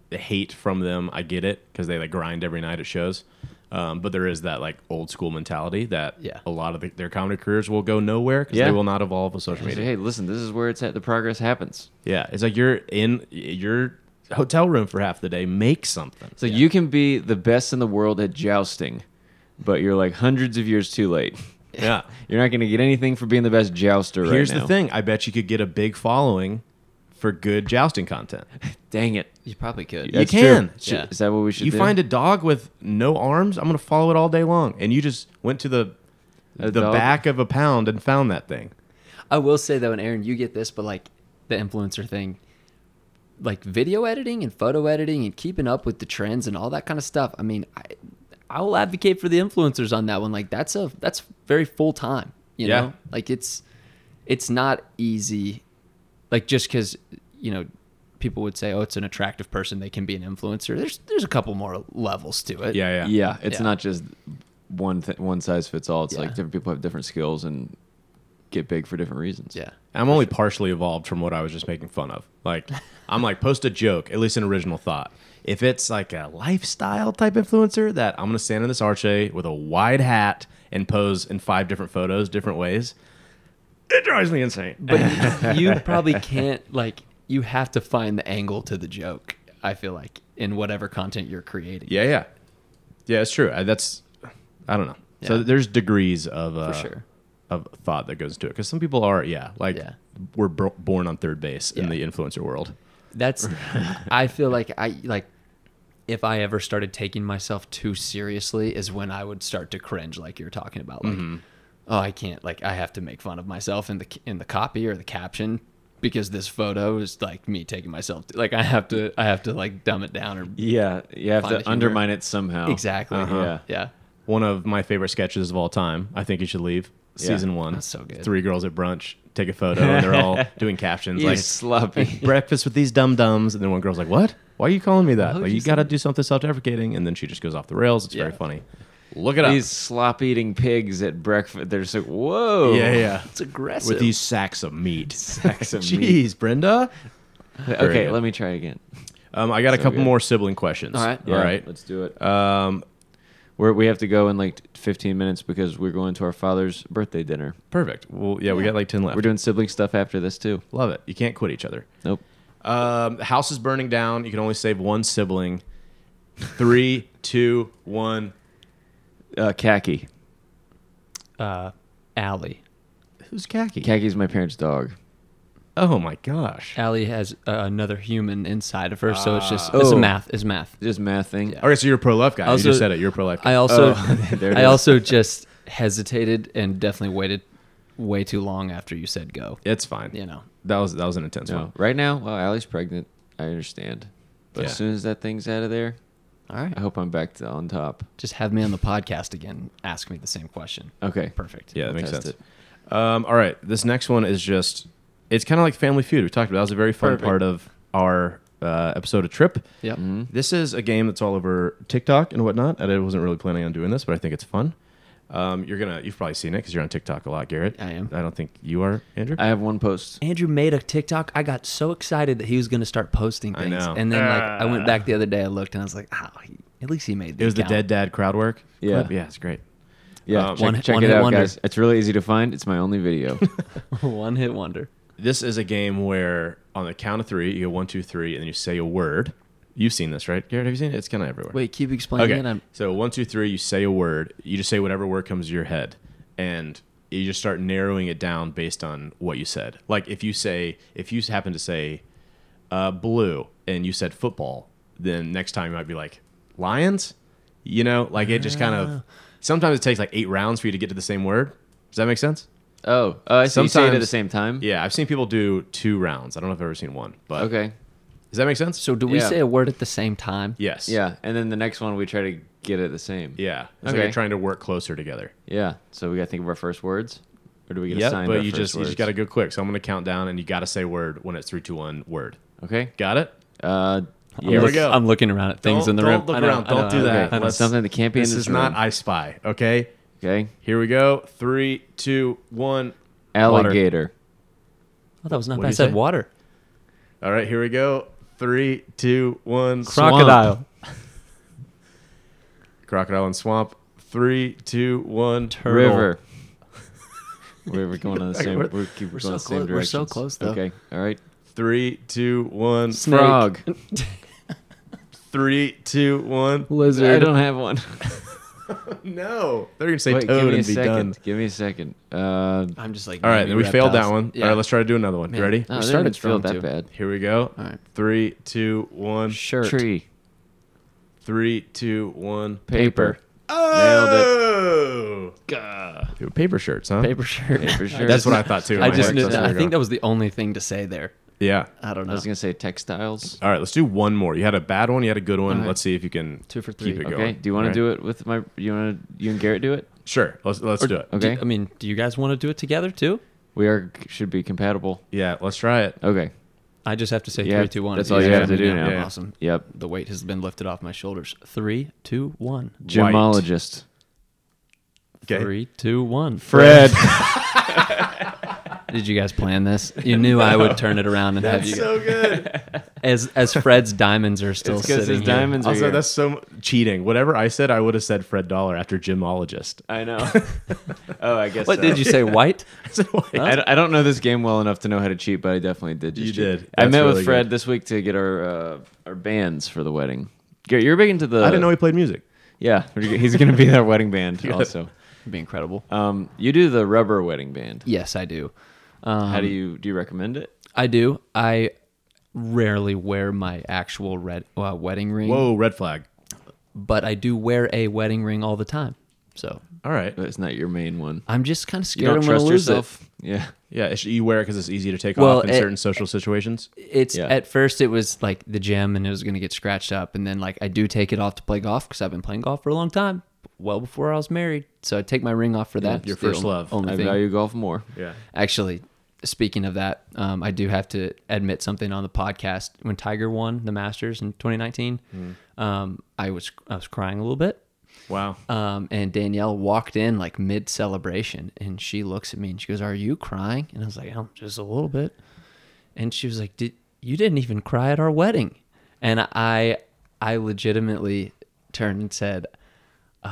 S1: the hate from them, I get it because they like grind every night at shows. Um, but there is that like old school mentality that
S4: Yeah.
S1: a lot of the, their comedy careers will go nowhere because
S3: Yeah.
S1: they will not evolve with social
S3: Say,
S1: media.
S3: hey, listen, this is where it's at. The progress happens.
S1: Yeah, it's like you're in your hotel room for half the day. Make something.
S3: So you can be the best in the world at jousting, but you're like hundreds of years too late.
S1: Yeah.
S3: You're not going to get anything for being the best jouster right
S1: Here's
S3: now.
S1: the thing. I bet you could get a big following for good jousting content.
S3: Dang it.
S5: You probably could.
S1: You
S3: That's true.
S1: can.
S3: Should- Is that what we should
S1: you
S3: do?
S1: find a dog with no arms, I'm gonna follow it all day long. And you just went to the
S3: A
S1: the
S3: dog?
S1: back of a pound and found that thing.
S5: I will say though, and Aaron, you get this, but like the influencer thing, like video editing and photo editing and keeping up with the trends and all that kind of stuff. I mean, I, I will advocate for the influencers on that one. Like that's a that's very full time. You
S1: Yeah.
S5: know, like it's it's not easy. Like just because you know people would say, oh, it's an attractive person, they can be an influencer. There's there's a couple more levels to it.
S1: Yeah, yeah.
S3: Uh, Yeah, it's
S5: Yeah.
S3: not just one th- one size fits all. It's
S5: Yeah.
S3: like different people have different skills and get big for different reasons.
S5: yeah.
S1: I'm only partially evolved from what I was just making fun of. Like, I'm like, post a joke, at least an original thought. If it's like a lifestyle type influencer, that I'm gonna stand in this archway with a wide hat and pose in five different photos, different ways. It drives me insane.
S5: but you probably can't like you have to find the angle to the joke i feel like in whatever content you're creating
S1: Yeah, yeah, yeah. It's true. I, that's I don't know. So
S5: Yeah.
S1: there's degrees of uh,
S5: sure.
S1: of thought that goes into it because some people are yeah like
S5: Yeah.
S1: we're bro- born on third base in
S5: Yeah.
S1: the influencer world.
S5: that's i feel like i like
S4: if I ever started taking myself too seriously is when I would start to cringe like you're talking about like
S1: Mm-hmm.
S4: oh I can't like I have to make fun of myself in the in the copy or the caption because this photo is like me taking myself like I have to I have to like dumb it down or
S3: yeah. You have
S4: Find the
S3: to
S4: humor.
S3: undermine it somehow.
S4: exactly
S3: Uh-huh.
S4: yeah yeah
S1: One of my favorite sketches of all time. I think you should leave. Season one.
S4: That's so good.
S1: Three girls at brunch take a photo and they're all doing captions
S3: You
S1: like
S3: sloppy.
S1: breakfast with these dum dums, and then one girl's like, "What? Why are you calling me that?
S4: would
S1: Like
S4: you
S1: you got to do something self-deprecating." And then she just goes off the rails. It's very
S4: Yeah.
S1: funny. Look it up.
S3: These slop eating pigs at breakfast. They're just like, whoa.
S1: yeah, yeah.
S5: it's aggressive
S1: With these sacks of meat.
S3: Oh. Sacks of
S1: Jeez,
S3: meat.
S1: Brenda.
S3: Okay,
S1: good.
S3: let me try again.
S1: Um, I got a couple
S3: good.
S1: more sibling questions.
S5: All right.
S1: All right.
S3: Let's do it. Um, we're, we have to go in like 15 minutes because we're going to our father's birthday dinner.
S1: Perfect. Well, yeah, we got like 10 left.
S3: We're doing sibling stuff after this too.
S1: Love it. You can't quit each other.
S3: Nope.
S1: Um, the house is burning down. You can only save one sibling. Three, two, one.
S3: Uh, khaki.
S4: uh Allie
S1: Who's khaki?
S3: Khaki's my parents' dog.
S1: Oh my gosh.
S4: Allie has uh, another human inside of her so it's just it's
S1: Ah.
S3: Oh.
S4: a math it's math
S3: Just math thing.
S1: All right, so you're a pro life guy. you
S4: Also-
S1: just said it. You're a pro life guy.
S4: I also
S3: there it
S4: I
S3: is.
S4: also just hesitated and definitely waited way too long after you said go.
S1: Oh, It's fine.
S4: You know.
S1: That was that was an intense one.
S3: No. Right now, well, Allie's pregnant. I understand. But
S1: Yeah.
S3: as soon as that thing's out of there,
S4: All right.
S3: I hope I'm back to on top.
S4: Just have me on the podcast again. Ask me the same question.
S3: Okay.
S4: Perfect.
S1: Yeah, that makes
S3: Test
S1: sense. Um, all right, this next one is just it's kind of like Family Feud. We talked about that was a very fun
S3: Perfect.
S1: part of our uh, episode of Trip.
S4: Yep.
S1: This is a game that's all over TikTok and whatnot. And I wasn't really planning on doing this, but I think it's fun. Um, you're gonna you've probably seen it because you're on TikTok a lot, Garrett.
S4: I am.
S1: I don't think you are, Andrew.
S3: I have one post.
S4: Andrew made a TikTok. I got so excited that he was going to start posting
S1: I
S4: things,
S1: know. Ah.
S4: and then like I went back the other day, I looked, and I was like, "Oh, he, at least he made."
S1: it
S4: The
S1: was the
S4: account."
S1: dead dad crowd work.
S3: Yeah.
S1: clip. yeah, it's great.
S3: Yeah,
S1: Um,
S3: check,
S4: One-
S3: check
S4: one
S3: it
S4: hit
S3: out,
S4: wonder.
S3: guys. It's really easy to find. It's my only video.
S4: one hit wonder.
S1: This is a game where on the count of three, you go one, two, three, and then you say a word. You've seen this, right, Garrett? Have you seen it? It's kind of everywhere.
S4: Wait, keep explaining
S1: Okay.
S4: it. I'm,
S1: So one, two, three. You say a word. You just say whatever word comes to your head, and you just start narrowing it down based on what you said. Like if you say, if you happen to say uh, blue and you said football, then next time you might be like lions. You know, like it just kind
S4: Ah.
S1: of. Sometimes it takes like eight rounds for you to get to the same word. Does that make sense?
S3: oh, uh, I see you say it at the
S1: Sometimes-
S3: same time.
S1: Yeah, I've seen people do two rounds. I don't know if I've ever seen one, but
S3: Okay.
S1: Does that make sense?
S4: so do we
S3: Yeah.
S4: say a word at the same time?
S1: yes.
S3: Yeah, and then the next one we try to get it the same.
S1: Yeah. It's like
S3: Okay.
S1: you're trying to work closer together.
S3: Yeah. So we got to think of our first words, or do we get
S1: Yeah,
S3: assigned? our
S1: but you
S3: first
S1: just you
S3: words?
S1: just got to go quick. So I'm gonna count down, and you got to say word when it's three, two, one, word.
S3: Okay.
S1: Got it?
S3: Uh,
S8: I'm
S1: Here we
S8: look-
S1: go.
S8: I'm looking around at things
S1: Don't-
S8: in the
S1: don't
S8: room.
S1: look
S8: I know,
S1: around.
S8: I know,
S1: Don't do
S8: I know.
S1: that.
S3: Okay.
S1: Let's-
S3: something that can't be
S1: This
S3: in this
S1: is not
S3: room.
S1: I Spy. Okay,
S3: okay.
S1: here we go. Three, two, one.
S3: Alligator.
S8: Oh, that was not
S1: What
S8: bad.
S1: did
S8: I
S1: you
S8: said
S1: say?
S8: water.
S1: All right, here we go. Three, two, one. Swamp.
S8: Crocodile.
S1: Crocodile and swamp. Three, two, one.
S8: Turtle.
S3: River. we're, we're going in the same. We're, we're, keep- we're going
S4: so
S3: the same
S4: clo- we're so
S3: directions.
S4: close, though.
S3: Okay. All right.
S1: Three, two, one.
S3: Frog.
S1: Three, two, one.
S3: I
S4: Lizard.
S3: don't have one.
S1: No, they're gonna say
S3: Wait, give
S1: toad
S3: me a
S1: and be
S3: second.
S1: done.
S3: Give me a second. Uh,
S4: I'm just like.
S1: All right,
S4: maybe
S1: then we failed that
S4: reptiles.
S1: one.
S4: Yeah.
S1: All right, let's try to do another one. You ready?
S3: no,
S4: We
S3: that
S4: started
S3: didn't feel that
S4: strong, too.
S3: bad.
S1: Here we go.
S4: All right.
S1: Three, two, one.
S4: Shirt.
S3: Tree.
S1: Three, two, one.
S3: Paper.
S1: Oh! Nailed it. Paper shirts, huh?
S4: Paper shirt.
S3: Paper shirt.
S1: That's what I thought too. in
S4: I
S1: my
S4: just
S1: head.
S4: knew
S1: That's
S4: that. I
S1: where
S4: think
S1: we're
S4: that was the only thing to say there.
S1: going. Yeah.
S4: I don't
S3: I
S4: know.
S3: was gonna say textiles.
S1: All right, let's do one more. You had a bad one. You had a good one. Let's see if you can
S4: Two for
S1: Keep
S4: three.
S1: it
S3: Okay.
S1: going.
S3: Do you want
S1: All right.
S3: to do it with my? You want to? You and Garrett do it?
S1: Sure. Let's let's do it.
S8: Do-
S3: Okay.
S8: I mean, do you guys want to do it together too?
S3: We are should be compatible.
S1: Yeah. Let's try it.
S3: Okay.
S8: I just have to say
S3: Yeah,
S8: three, two, one.
S3: that's
S8: It's
S3: all you
S8: easy.
S3: have to do now.
S1: Yeah.
S4: Awesome.
S3: Yep.
S4: The weight has been lifted off my shoulders. Three, two, one.
S3: Gemologist.
S1: Okay.
S8: Three, two, one.
S3: Fred.
S4: Did you guys plan this? You knew I would turn it around and have you.
S1: So good.
S8: As as Fred's diamonds are still
S3: Because
S8: sitting
S3: his
S8: here.
S3: diamonds are.
S1: also,
S3: here.
S1: that's so m- cheating. Whatever I said, I would have said Fred Dollar after gemologist.
S3: I know. oh, I guess.
S8: What
S3: so.
S8: did you say? White?
S1: I said, wait.
S3: I, d- I don't know this game well enough to know how to cheat, but I definitely did. Just
S1: You
S3: cheat.
S1: did.
S3: I
S1: That's
S3: met
S1: really
S3: with Fred
S1: good.
S3: this week to get our uh, our bands for the wedding. Garrett, you're big into the.
S1: I didn't know he played music.
S3: Yeah, he's gonna be our wedding band also.
S4: It'd be incredible.
S3: Um, you do the rubber wedding band.
S4: Uh, yes, I do. Um,
S3: How do you do you recommend it?
S4: I do. I rarely wear my actual red uh, wedding ring,
S1: Whoa, red flag.
S4: but I do wear a wedding ring all the time. So
S1: All right.
S3: But Oh, it's not your main one.
S4: I'm just kind of
S3: You
S4: scared.
S3: don't
S4: I'm gonna
S3: trust
S4: lose it.
S3: yourself. Yeah.
S1: Yeah, it's- you wear it because it's easy to take
S4: Well,
S1: off in
S4: it-
S1: certain social situations.
S4: It's
S3: Yeah.
S4: at first it was like the gym and it was gonna get scratched up, and then like I do take it off to play golf because I've been playing golf for a long time, well before I was married. So I take my ring off for that.
S1: your
S4: It's the
S1: first
S4: on-
S1: love.
S4: Only
S3: I
S4: thing.
S3: value golf more.
S1: Yeah.
S4: Actually, speaking of that, um, I do have to admit something on the podcast. When Tiger won the Masters in 2019, um, I was I was crying a little bit,
S1: Wow.
S4: um, and Danielle walked in like mid celebration, and she looks at me and she goes, "Are you crying?" And I was like, "Um, just a little bit." And she was like, "Did you didn't even cry at our wedding?" And I I legitimately turned and said, uh,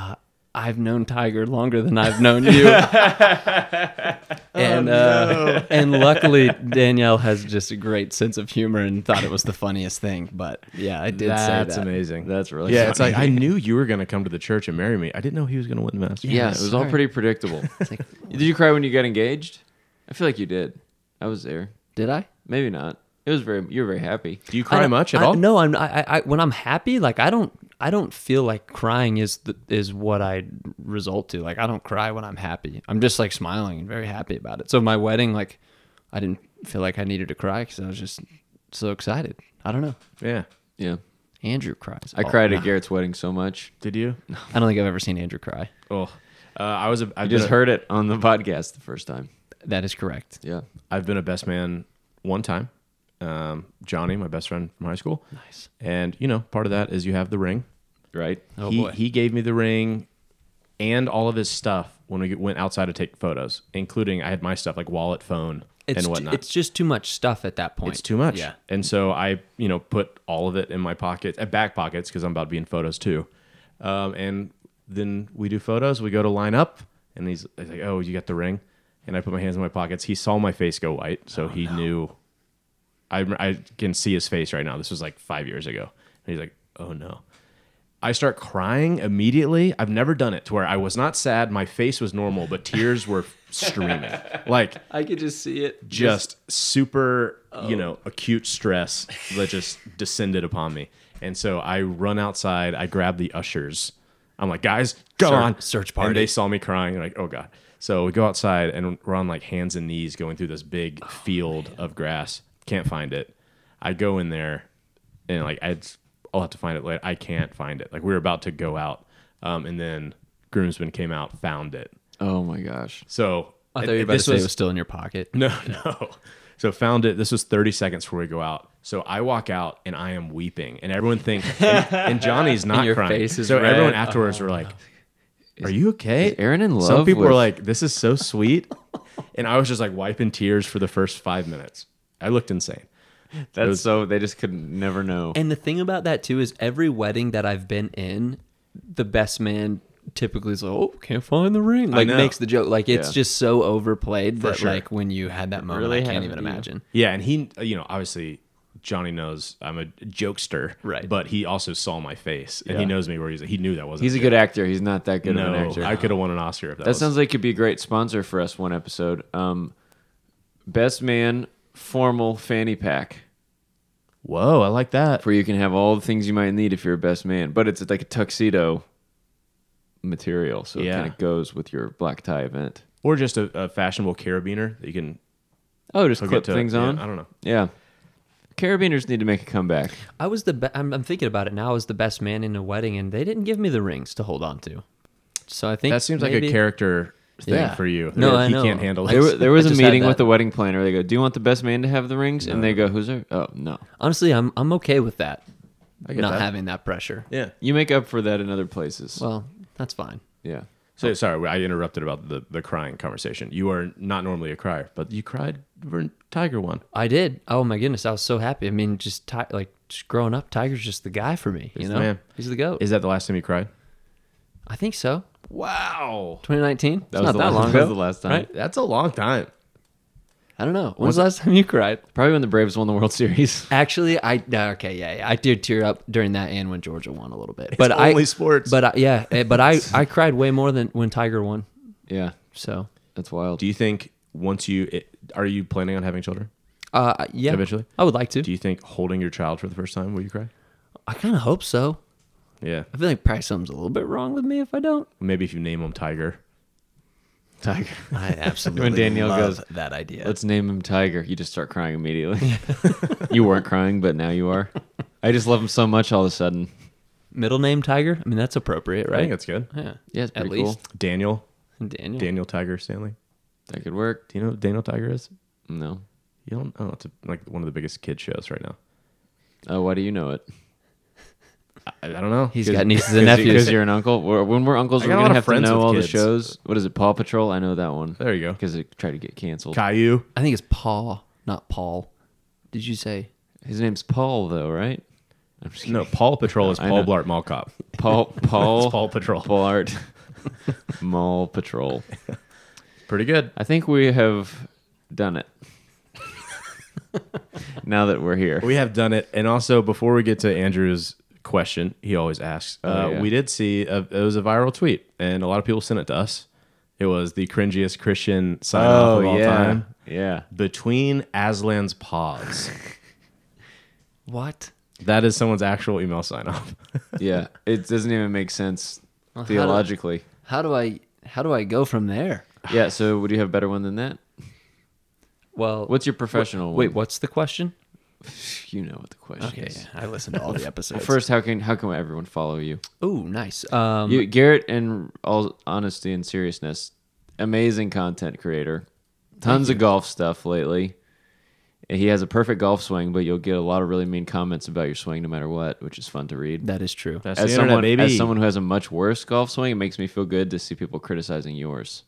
S4: "I've known Tiger longer than I've known you." and uh, and luckily Danielle has just a great sense of humor and thought it was the funniest thing. But yeah, I did
S1: That's
S4: say that.
S1: amazing.
S3: That's really
S1: yeah, it's like I knew you were gonna come to the church and marry me. I didn't know he was gonna win the Masters.
S3: Yeah, it was all pretty predictable. did you cry when you got engaged? I feel like you did. I was there.
S4: Did I?
S3: Maybe not. It was very. You were very happy.
S1: Do you
S4: I
S1: cry
S4: don't-
S1: much at
S4: I-
S1: all?
S4: No, I'm. I, I when I'm happy, like I don't. I don't feel like crying is the, is what I result to. Like I don't cry when I'm happy. I'm just like smiling and very happy about it. So my wedding, like, I didn't feel like I needed to cry because I was just so excited. I don't know.
S1: Yeah.
S3: Yeah.
S4: Andrew cries.
S3: I
S1: Oh,
S4: all
S3: cried at
S4: night.
S3: Garrett's wedding so much.
S1: Did you?
S4: I don't think I've ever seen Andrew cry.
S1: Oh, uh, I was. A,
S3: I
S1: I've
S3: just
S1: been a-
S3: heard it on the podcast the first time.
S4: That is correct.
S3: Yeah.
S1: I've been a best man one time. Um, Johnny, my best friend from high school. Nice. And you know, part of that is you have the ring.
S3: Right.
S4: Oh,
S1: he,
S4: boy.
S1: he gave me the ring and all of his stuff when we went outside to take photos, including I had my stuff like wallet, phone,
S4: It's
S1: and
S4: ju-
S1: whatnot.
S4: it's just too much stuff at that point.
S1: It's too much.
S4: Yeah.
S1: And so I, you know, put all of it in my pockets, uh, back pockets, because I'm about to be in photos too. Um, and then we do photos. We go to line up, and he's, he's like, "Oh, you got the ring?" And I put my hands in my pockets. He saw my face go white, so he knew. I I can see his face right now. This was like five years ago, and he's like, "Oh no." I start crying immediately. I've never done it to where I was not sad. My face was normal, but tears were streaming. Like
S5: I could just see it.
S1: just super,
S4: Oh.
S1: you know, acute stress that just descended upon me. And so I run outside, I grab the ushers. I'm like, guys, go
S4: Search-
S1: on.
S4: search
S1: And
S4: party.
S1: they saw me crying. They're like, oh God. So we go outside and we're on like hands and knees going through this big
S4: Oh,
S1: field of grass. Can't find it. I go in there and like, I'd, I'll have to find it later. I can't find it. Like, we were about to go out. Um, and then groomsmen came out, found it.
S3: Oh my gosh.
S1: So
S4: I thought you were about to
S1: this
S4: say it was still in your pocket.
S1: no, no. So found it. This was 30 seconds before we go out. So I walk out and I am weeping, and everyone thinks, and, and Johnny's not
S5: your
S1: crying.
S5: face is
S1: so
S5: red.
S1: everyone afterwards were like, "Are you okay?"
S3: Aaron in
S1: Some
S3: love
S1: people
S3: with-
S1: were like, "This is so sweet," and I was just like wiping tears for the first five minutes. I looked insane.
S3: That's so. They just could never know.
S4: And the thing about that too is every wedding that I've been in, the best man typically is like, "Oh, can't find the ring." Like
S1: know.
S4: makes the joke. Like it's
S3: Yeah.
S4: just so overplayed that
S1: sure.
S4: like when you had that moment,
S3: really
S4: I can't
S3: happened
S4: even
S3: to you.
S4: imagine.
S1: Yeah, and he, you know, obviously Johnny knows I'm a jokester,
S4: Right.
S1: But he also saw my face, and he
S3: Yeah.
S1: knows me where he's. He knew that wasn't.
S3: He's a good actor. He's not that good of
S1: No,
S3: an actor.
S1: I could have won an Oscar if that,
S3: That
S1: was-
S3: sounds like it'd be a great sponsor for us one episode. Um, best man formal fanny pack
S1: Whoa, I like that.
S3: where you can have all the things you might need if you're a best man, but it's like a tuxedo material, so it
S1: Yeah.
S3: kind of goes with your black tie event.
S1: or just a, a fashionable carabiner that you can
S3: Oh, just
S1: hook
S3: clip
S1: it to
S3: things
S1: yeah,
S3: on.
S1: I don't know.
S3: Yeah, carabiners need to make a comeback.
S4: I was the be- I'm, I'm thinking about it now. I was the best man in a wedding, and they didn't give me the rings to hold on to. So I think
S1: That seems like
S4: maybe-
S1: a character thing
S4: Yeah.
S1: for you.
S4: No,
S1: That
S4: I
S1: he
S4: know.
S1: can't handle
S3: There,
S1: this.
S3: wa- there was
S4: I
S3: a
S4: just had
S3: meeting
S4: that.
S3: with the wedding planner. They go, "Do you want the best man to have the rings?" And they go, "Who's there?" Oh, no.
S4: Honestly, I'm I'm okay with that.
S1: get
S4: Not
S1: that.
S4: having that pressure.
S1: yeah.
S3: You make up for that in other places.
S4: Well, that's fine.
S3: yeah.
S1: So sorry, I interrupted about the, the crying conversation. You are not normally a crier, but you cried for Tiger one.
S4: I did. Oh my goodness, I was so happy. I mean, just ti- like just growing up, Tiger's just the guy for me. you
S1: the
S4: know,
S1: man.
S4: he's the goat.
S1: Is that the last time you cried?
S4: I think so.
S1: Wow,
S4: 2019. That
S3: was
S4: not
S3: the
S4: that
S3: last-
S4: long
S3: that
S4: ago.
S3: was the last time.
S4: right?
S1: that's a long time.
S4: I don't know. When's the last time you cried?
S3: Probably when the Braves won the World Series.
S4: Actually, I no, okay, yeah, yeah, I did tear up during that and when Georgia won a little bit. but I
S1: only sports.
S4: But I, yeah, eh, but I I cried way more than when Tiger won.
S3: yeah,
S4: So
S3: that's wild.
S1: Do you think once you it, are you planning on having children?
S4: uh, yeah,
S1: Eventually?
S4: I would like to.
S1: Do you think holding your child for the first time will you cry?
S4: I kind of hope so.
S1: Yeah,
S4: I feel like probably something's a little bit wrong with me if I don't.
S1: maybe if you name him Tiger.
S3: Tiger.
S5: I absolutely
S3: When Danielle
S5: love
S3: goes,
S5: that idea.
S3: Let's name him Tiger. You just start crying immediately. you weren't crying, but now you are. I just love him so much all of a sudden.
S4: Middle name Tiger. I mean, that's appropriate,
S1: I
S4: right?
S1: think that's good.
S4: yeah,
S3: Yeah, it's
S4: at
S3: pretty cool.
S4: least
S1: Daniel,
S4: Daniel.
S1: Daniel Tiger Stanley.
S3: That could work.
S1: Do you know who Daniel Tiger is?
S3: No.
S1: You don't. Oh, it's a, like one of the biggest kid shows right now.
S3: Oh, why do you know it?
S1: I, I don't know.
S4: He's
S1: Cause-
S4: got nieces and
S3: Because
S4: nephews.
S3: you're an uncle. We're- When we're uncles,
S1: I
S3: we're
S1: got a
S3: gonna
S1: lot of
S3: have to
S1: friends
S3: know
S1: with
S3: all
S1: kids.
S3: the shows. What is it? Paw Patrol. I know that one.
S1: There you go.
S3: Because it tried to get canceled.
S1: Caillou.
S4: I think it's Paul, not Paul. Did you say?
S3: His name's Paul, though, right? I'm just
S1: No, Paul Patrol is
S3: I
S1: Paul
S3: know.
S1: Blart Mall Cop.
S3: kidding. Paul. Paul.
S1: It's Paul Patrol.
S3: Blart. Mall Patrol.
S1: Pretty good.
S3: I think we have done it. now that we're here.
S1: We have done it. And also, before we get to Andrew's question, he always asks. uh,
S3: yeah.
S1: We did see a, it was a viral tweet, and a lot of people sent it to us. It was the cringiest Oh, Christian sign off of all time
S3: Yeah.
S1: between Aslan's paws.
S4: What?
S1: That is someone's actual email sign off.
S3: Yeah, it doesn't even make sense
S4: how do-
S3: theologically.
S4: How do I how do I go from there?
S3: Yeah, so would you have a better one than that?
S9: Well,
S3: What's your professional
S9: wait?
S3: one?
S9: What's the question?
S3: You know what the question
S4: Okay,
S3: is.
S4: I listened to all the episodes.
S3: Well, first, how can how can everyone follow you?
S4: Ooh, nice. Um,
S3: you Garrett, in all honesty and seriousness, amazing content creator. Tons of golf stuff lately. He has a perfect golf swing, but you'll get a lot of really mean comments about your swing no matter what, which is fun to read.
S4: that is true.
S1: That's
S3: as
S1: the internet,
S3: someone,
S1: baby.
S3: as someone who has a much worse golf swing, it makes me feel good to see people criticizing yours.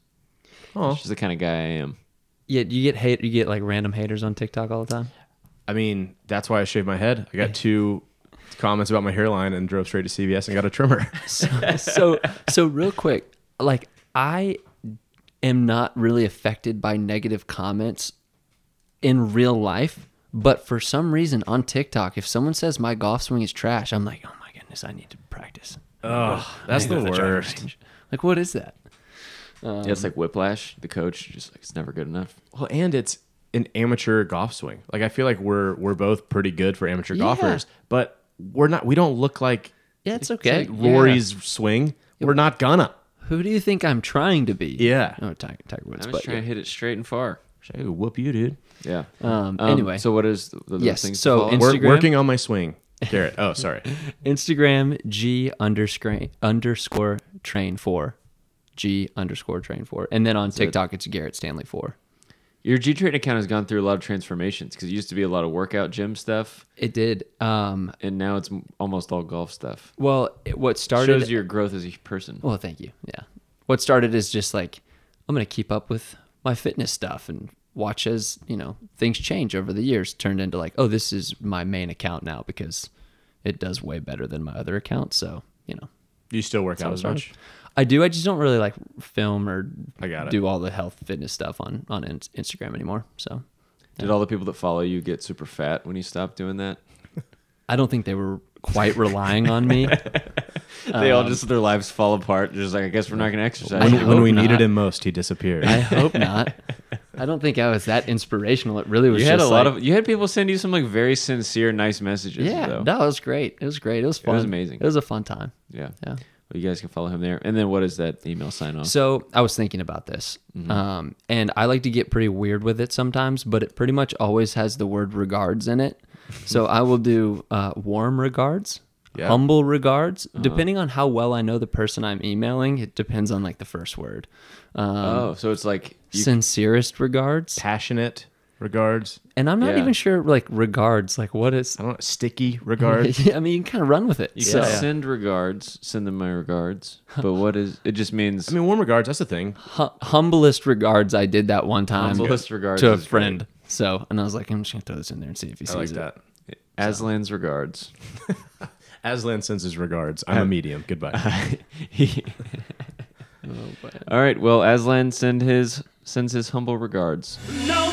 S1: Aw.
S3: Which is the kind of guy I am.
S9: Yeah, you get hate. You get like random haters on TikTok all the time.
S1: I mean, that's why I shaved my head. I got two comments about my hairline and drove straight to CVS and got a trimmer.
S4: so so real quick like i am not really affected by negative comments in real life but for some reason on tiktok if someone says my golf swing is trash i'm like oh my goodness i need to practice
S1: Oh, that's the worst.
S4: like what is that
S3: yeah, it's like Whiplash, the coach, just like it's never good enough.
S1: Well, and it's an amateur golf swing. Like I feel like we're we're both pretty good for amateur
S4: Yeah.
S1: golfers, but we're not. We don't look like
S4: yeah it's
S1: like
S4: okay
S1: Rory's swing. We're not gonna.
S4: who do you think i'm trying to be
S1: Yeah.
S4: no tiger, tiger woods
S3: I'm
S4: but
S3: just trying to hit it straight and far.
S1: Should I whoop you, dude?
S3: Yeah.
S4: Um, anyway.
S3: so what is the, the
S4: Yes,
S3: things to
S4: so
S3: follow?
S4: in-
S1: We're
S4: Instagram?
S1: working on my swing, Garrett. Oh, sorry.
S4: instagram g underscore underscore train four g underscore train four and then on tiktok it's garrett stanley four
S3: Your G Train account has gone through a lot of transformations because it used to be a lot of workout gym stuff,
S4: it did um
S3: and now it's m- almost all golf stuff.
S4: Well, it, what started.
S3: Shows your growth as a person.
S4: well, thank you. Yeah. What started is just like, I'm going to keep up with my fitness stuff and watch as, you know, things change over the years turned into like, oh, this is my main account now because it does way better than my other account. So, you know,
S1: Do you still work out as much?
S4: I do. I just don't really like film or
S1: I got it.
S4: do all the health fitness stuff on, on In- Instagram anymore. So
S3: Did all the people that follow you get super fat when you stopped doing that?
S4: I don't think they were quite relying on me.
S3: they all just their lives fall apart. They're just like, I guess Um, we're not gonna exercise.
S4: I
S1: When,
S3: anymore."
S4: hope
S1: when we
S4: not.
S1: needed him most, he disappeared.
S4: I hope not. I don't think I was that inspirational. It really was
S3: You had a
S4: just
S3: lot
S4: like-
S3: of you had people send you some like very sincere, nice messages.
S4: Yeah,
S3: though.
S4: that was great. It was great. It was fun.
S3: was amazing.
S4: It was a fun time.
S3: yeah,
S4: Yeah.
S3: Well, you guys can follow him there. And then what is that email sign off?
S4: Mm-hmm. So I was thinking about this,
S3: Mm-hmm.
S4: um, and I like to get pretty weird with it sometimes, but it pretty much always has the word regards in it. so I will do uh, warm regards,
S1: Yeah.
S4: humble regards,
S3: Uh-huh.
S4: depending on how well I know the person I'm emailing. It depends on like the first word. Um,
S3: oh, so it's like you,
S4: sincerest regards,
S1: Passionate regards.
S4: and I'm not
S3: Yeah.
S4: even sure like regards, like what is.
S1: I don't know. Sticky regards.
S4: I mean, you can kind of run with it.
S3: you
S4: so.
S3: can send regards, send them my regards. But what is it? Just means
S1: I mean, warm regards. That's the thing.
S4: hu- humblest regards I did that one time
S3: Humblest regards
S4: to a
S3: is great.
S4: friend. So, and I was like, I'm just gonna throw this in there and see if he sees
S1: I like
S4: it.
S1: that.
S3: Aslan's regards.
S1: Aslan sends his regards. I'm a medium. Goodbye.
S3: All right. Well, Aslan send his sends his humble regards.
S2: No